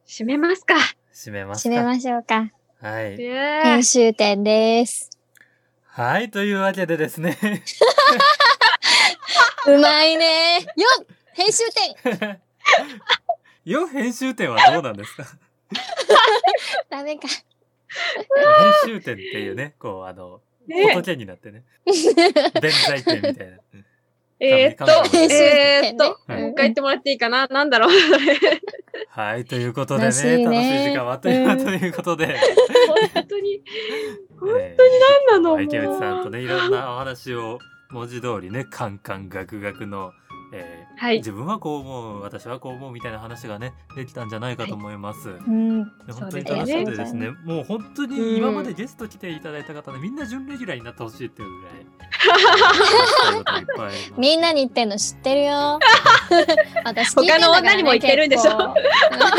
Speaker 1: 締めますか。
Speaker 2: 締めます
Speaker 3: 締
Speaker 2: か。
Speaker 3: めましょうか。
Speaker 2: はい。
Speaker 1: ね
Speaker 3: 編集点です。
Speaker 2: はい。というわけでですね。 *laughs*
Speaker 3: うまいね。よっ編集点
Speaker 2: よ、編集点はどうなんですか
Speaker 3: ダメか。
Speaker 2: 編集点っていうね、こう、あの、
Speaker 1: えね
Speaker 2: 仏になってね。弁財点みたいな。
Speaker 1: えーっと
Speaker 2: 神々、
Speaker 3: 神々
Speaker 1: えーっと、
Speaker 2: はい
Speaker 1: もう一回言ってもらっていいかななんだろうそれ
Speaker 2: はい。ということでね、楽
Speaker 3: 楽
Speaker 2: し
Speaker 3: し
Speaker 2: い
Speaker 3: い
Speaker 2: 時
Speaker 3: ね
Speaker 2: 間はあっという間
Speaker 3: うん
Speaker 2: ということで。
Speaker 1: 本当に。本当に何なの
Speaker 2: えー池内さんと
Speaker 1: もう
Speaker 2: ね、いろんなお話を文字通
Speaker 1: *laughs*
Speaker 2: りね、カンカンガクガクの、えー
Speaker 1: はい。
Speaker 2: 自分はこう思う、私はこう思うみたいな話がね、できたんじゃないかと思います。
Speaker 3: うん。
Speaker 2: で本当に
Speaker 1: そうで
Speaker 2: 楽
Speaker 1: す
Speaker 2: し
Speaker 1: ね
Speaker 2: くてですね、もう本当に今までゲスト来ていただいた方で、みんな準レギュラーになってほしいっていうぐらい。そういうこといっ
Speaker 1: *laughs*
Speaker 2: ぱいあります
Speaker 3: みんなに言ってんの知ってるよ。私聞いてんだ
Speaker 1: 他
Speaker 3: からね
Speaker 1: の女にも言ってるんでしょ
Speaker 3: 結構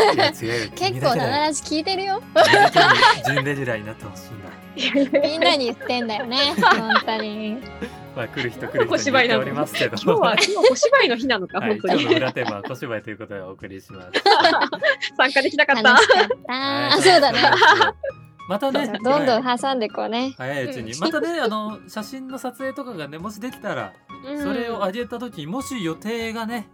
Speaker 2: いや違うよ
Speaker 3: 結
Speaker 2: 君だけ
Speaker 3: 構ダダ
Speaker 2: だよ
Speaker 3: ラジ聞いてるよ。
Speaker 2: 君だけに準レギュラーになってほしいな。
Speaker 3: みんなに言ってんだよね。本当に。
Speaker 2: まあ来る人来る人に言っておりますけ
Speaker 1: *laughs*
Speaker 2: ど。
Speaker 1: 今日は、今日はお芝居の日なのか、
Speaker 2: はい
Speaker 1: 本、当
Speaker 2: 今日
Speaker 1: に
Speaker 2: の。裏テーマは小芝居ということでお送りします。
Speaker 1: 参加できなかった。
Speaker 3: 楽しかった。あ、そうだね。
Speaker 2: ね。またね、
Speaker 3: *laughs* どんど
Speaker 2: はい
Speaker 3: ん挟んでこうね。
Speaker 2: 早いうちに、
Speaker 3: うん
Speaker 2: またね、あの写真の撮影とかがね、もしできたら、それを
Speaker 1: うん
Speaker 2: 上げた時、もし予定がね。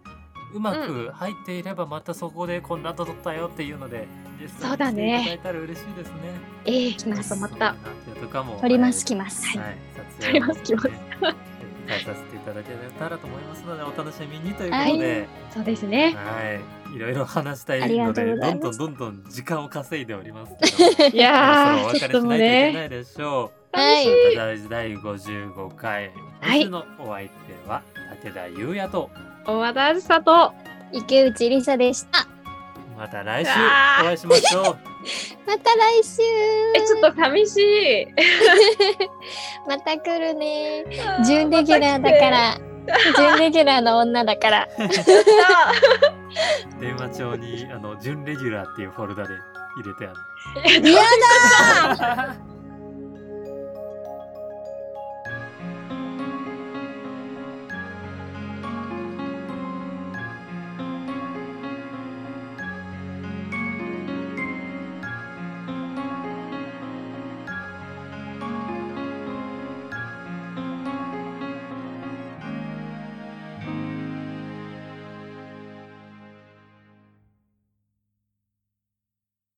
Speaker 2: うまく入っていればまたそこでこんなと撮ったよっていうのでゲスト
Speaker 1: そう
Speaker 2: に
Speaker 1: だ
Speaker 2: 来て
Speaker 1: ね
Speaker 2: いただいたら嬉しいですね。
Speaker 3: ええ、来ま
Speaker 1: ちょ
Speaker 3: す
Speaker 1: っ。とまた
Speaker 2: そういうのとかも
Speaker 3: 撮ります、来ます。
Speaker 2: はい、
Speaker 3: は
Speaker 2: 撮
Speaker 1: 撮ります来ます
Speaker 2: ねえー伝えさせていただけたらと思いますのでお楽しみにということで、
Speaker 1: そうですね。
Speaker 2: はい、いろいろ話したい
Speaker 3: あり
Speaker 2: の
Speaker 3: がとう
Speaker 2: で
Speaker 3: ござ
Speaker 2: ど
Speaker 3: い
Speaker 2: んど
Speaker 3: ま
Speaker 2: ん
Speaker 3: す
Speaker 2: どんどん時間を稼いでおりますけど。
Speaker 1: いや
Speaker 2: そろ
Speaker 1: ー、
Speaker 2: そ
Speaker 1: ちょっ
Speaker 2: ろ
Speaker 1: と
Speaker 2: お
Speaker 1: も
Speaker 2: 別
Speaker 1: う
Speaker 2: れしないといけな
Speaker 1: ね。
Speaker 2: いでしょう。
Speaker 3: い。
Speaker 2: 武田大第55回、
Speaker 1: は
Speaker 2: 今
Speaker 1: い
Speaker 2: 週のお相手は武田優也と
Speaker 1: 大和田あずさと、
Speaker 3: 池内りさでした。
Speaker 2: また来週
Speaker 1: うわー
Speaker 2: お会いしましょう。
Speaker 3: また来週
Speaker 1: え、ちょっと寂しい。
Speaker 3: また来るね。準レギュラーだ
Speaker 1: *laughs*
Speaker 3: から。準レギュラーの女だから。
Speaker 1: ら。
Speaker 2: 電話帳にあの準レギュラーっていうフォルダで入れてある。
Speaker 3: 嫌だ
Speaker 2: あ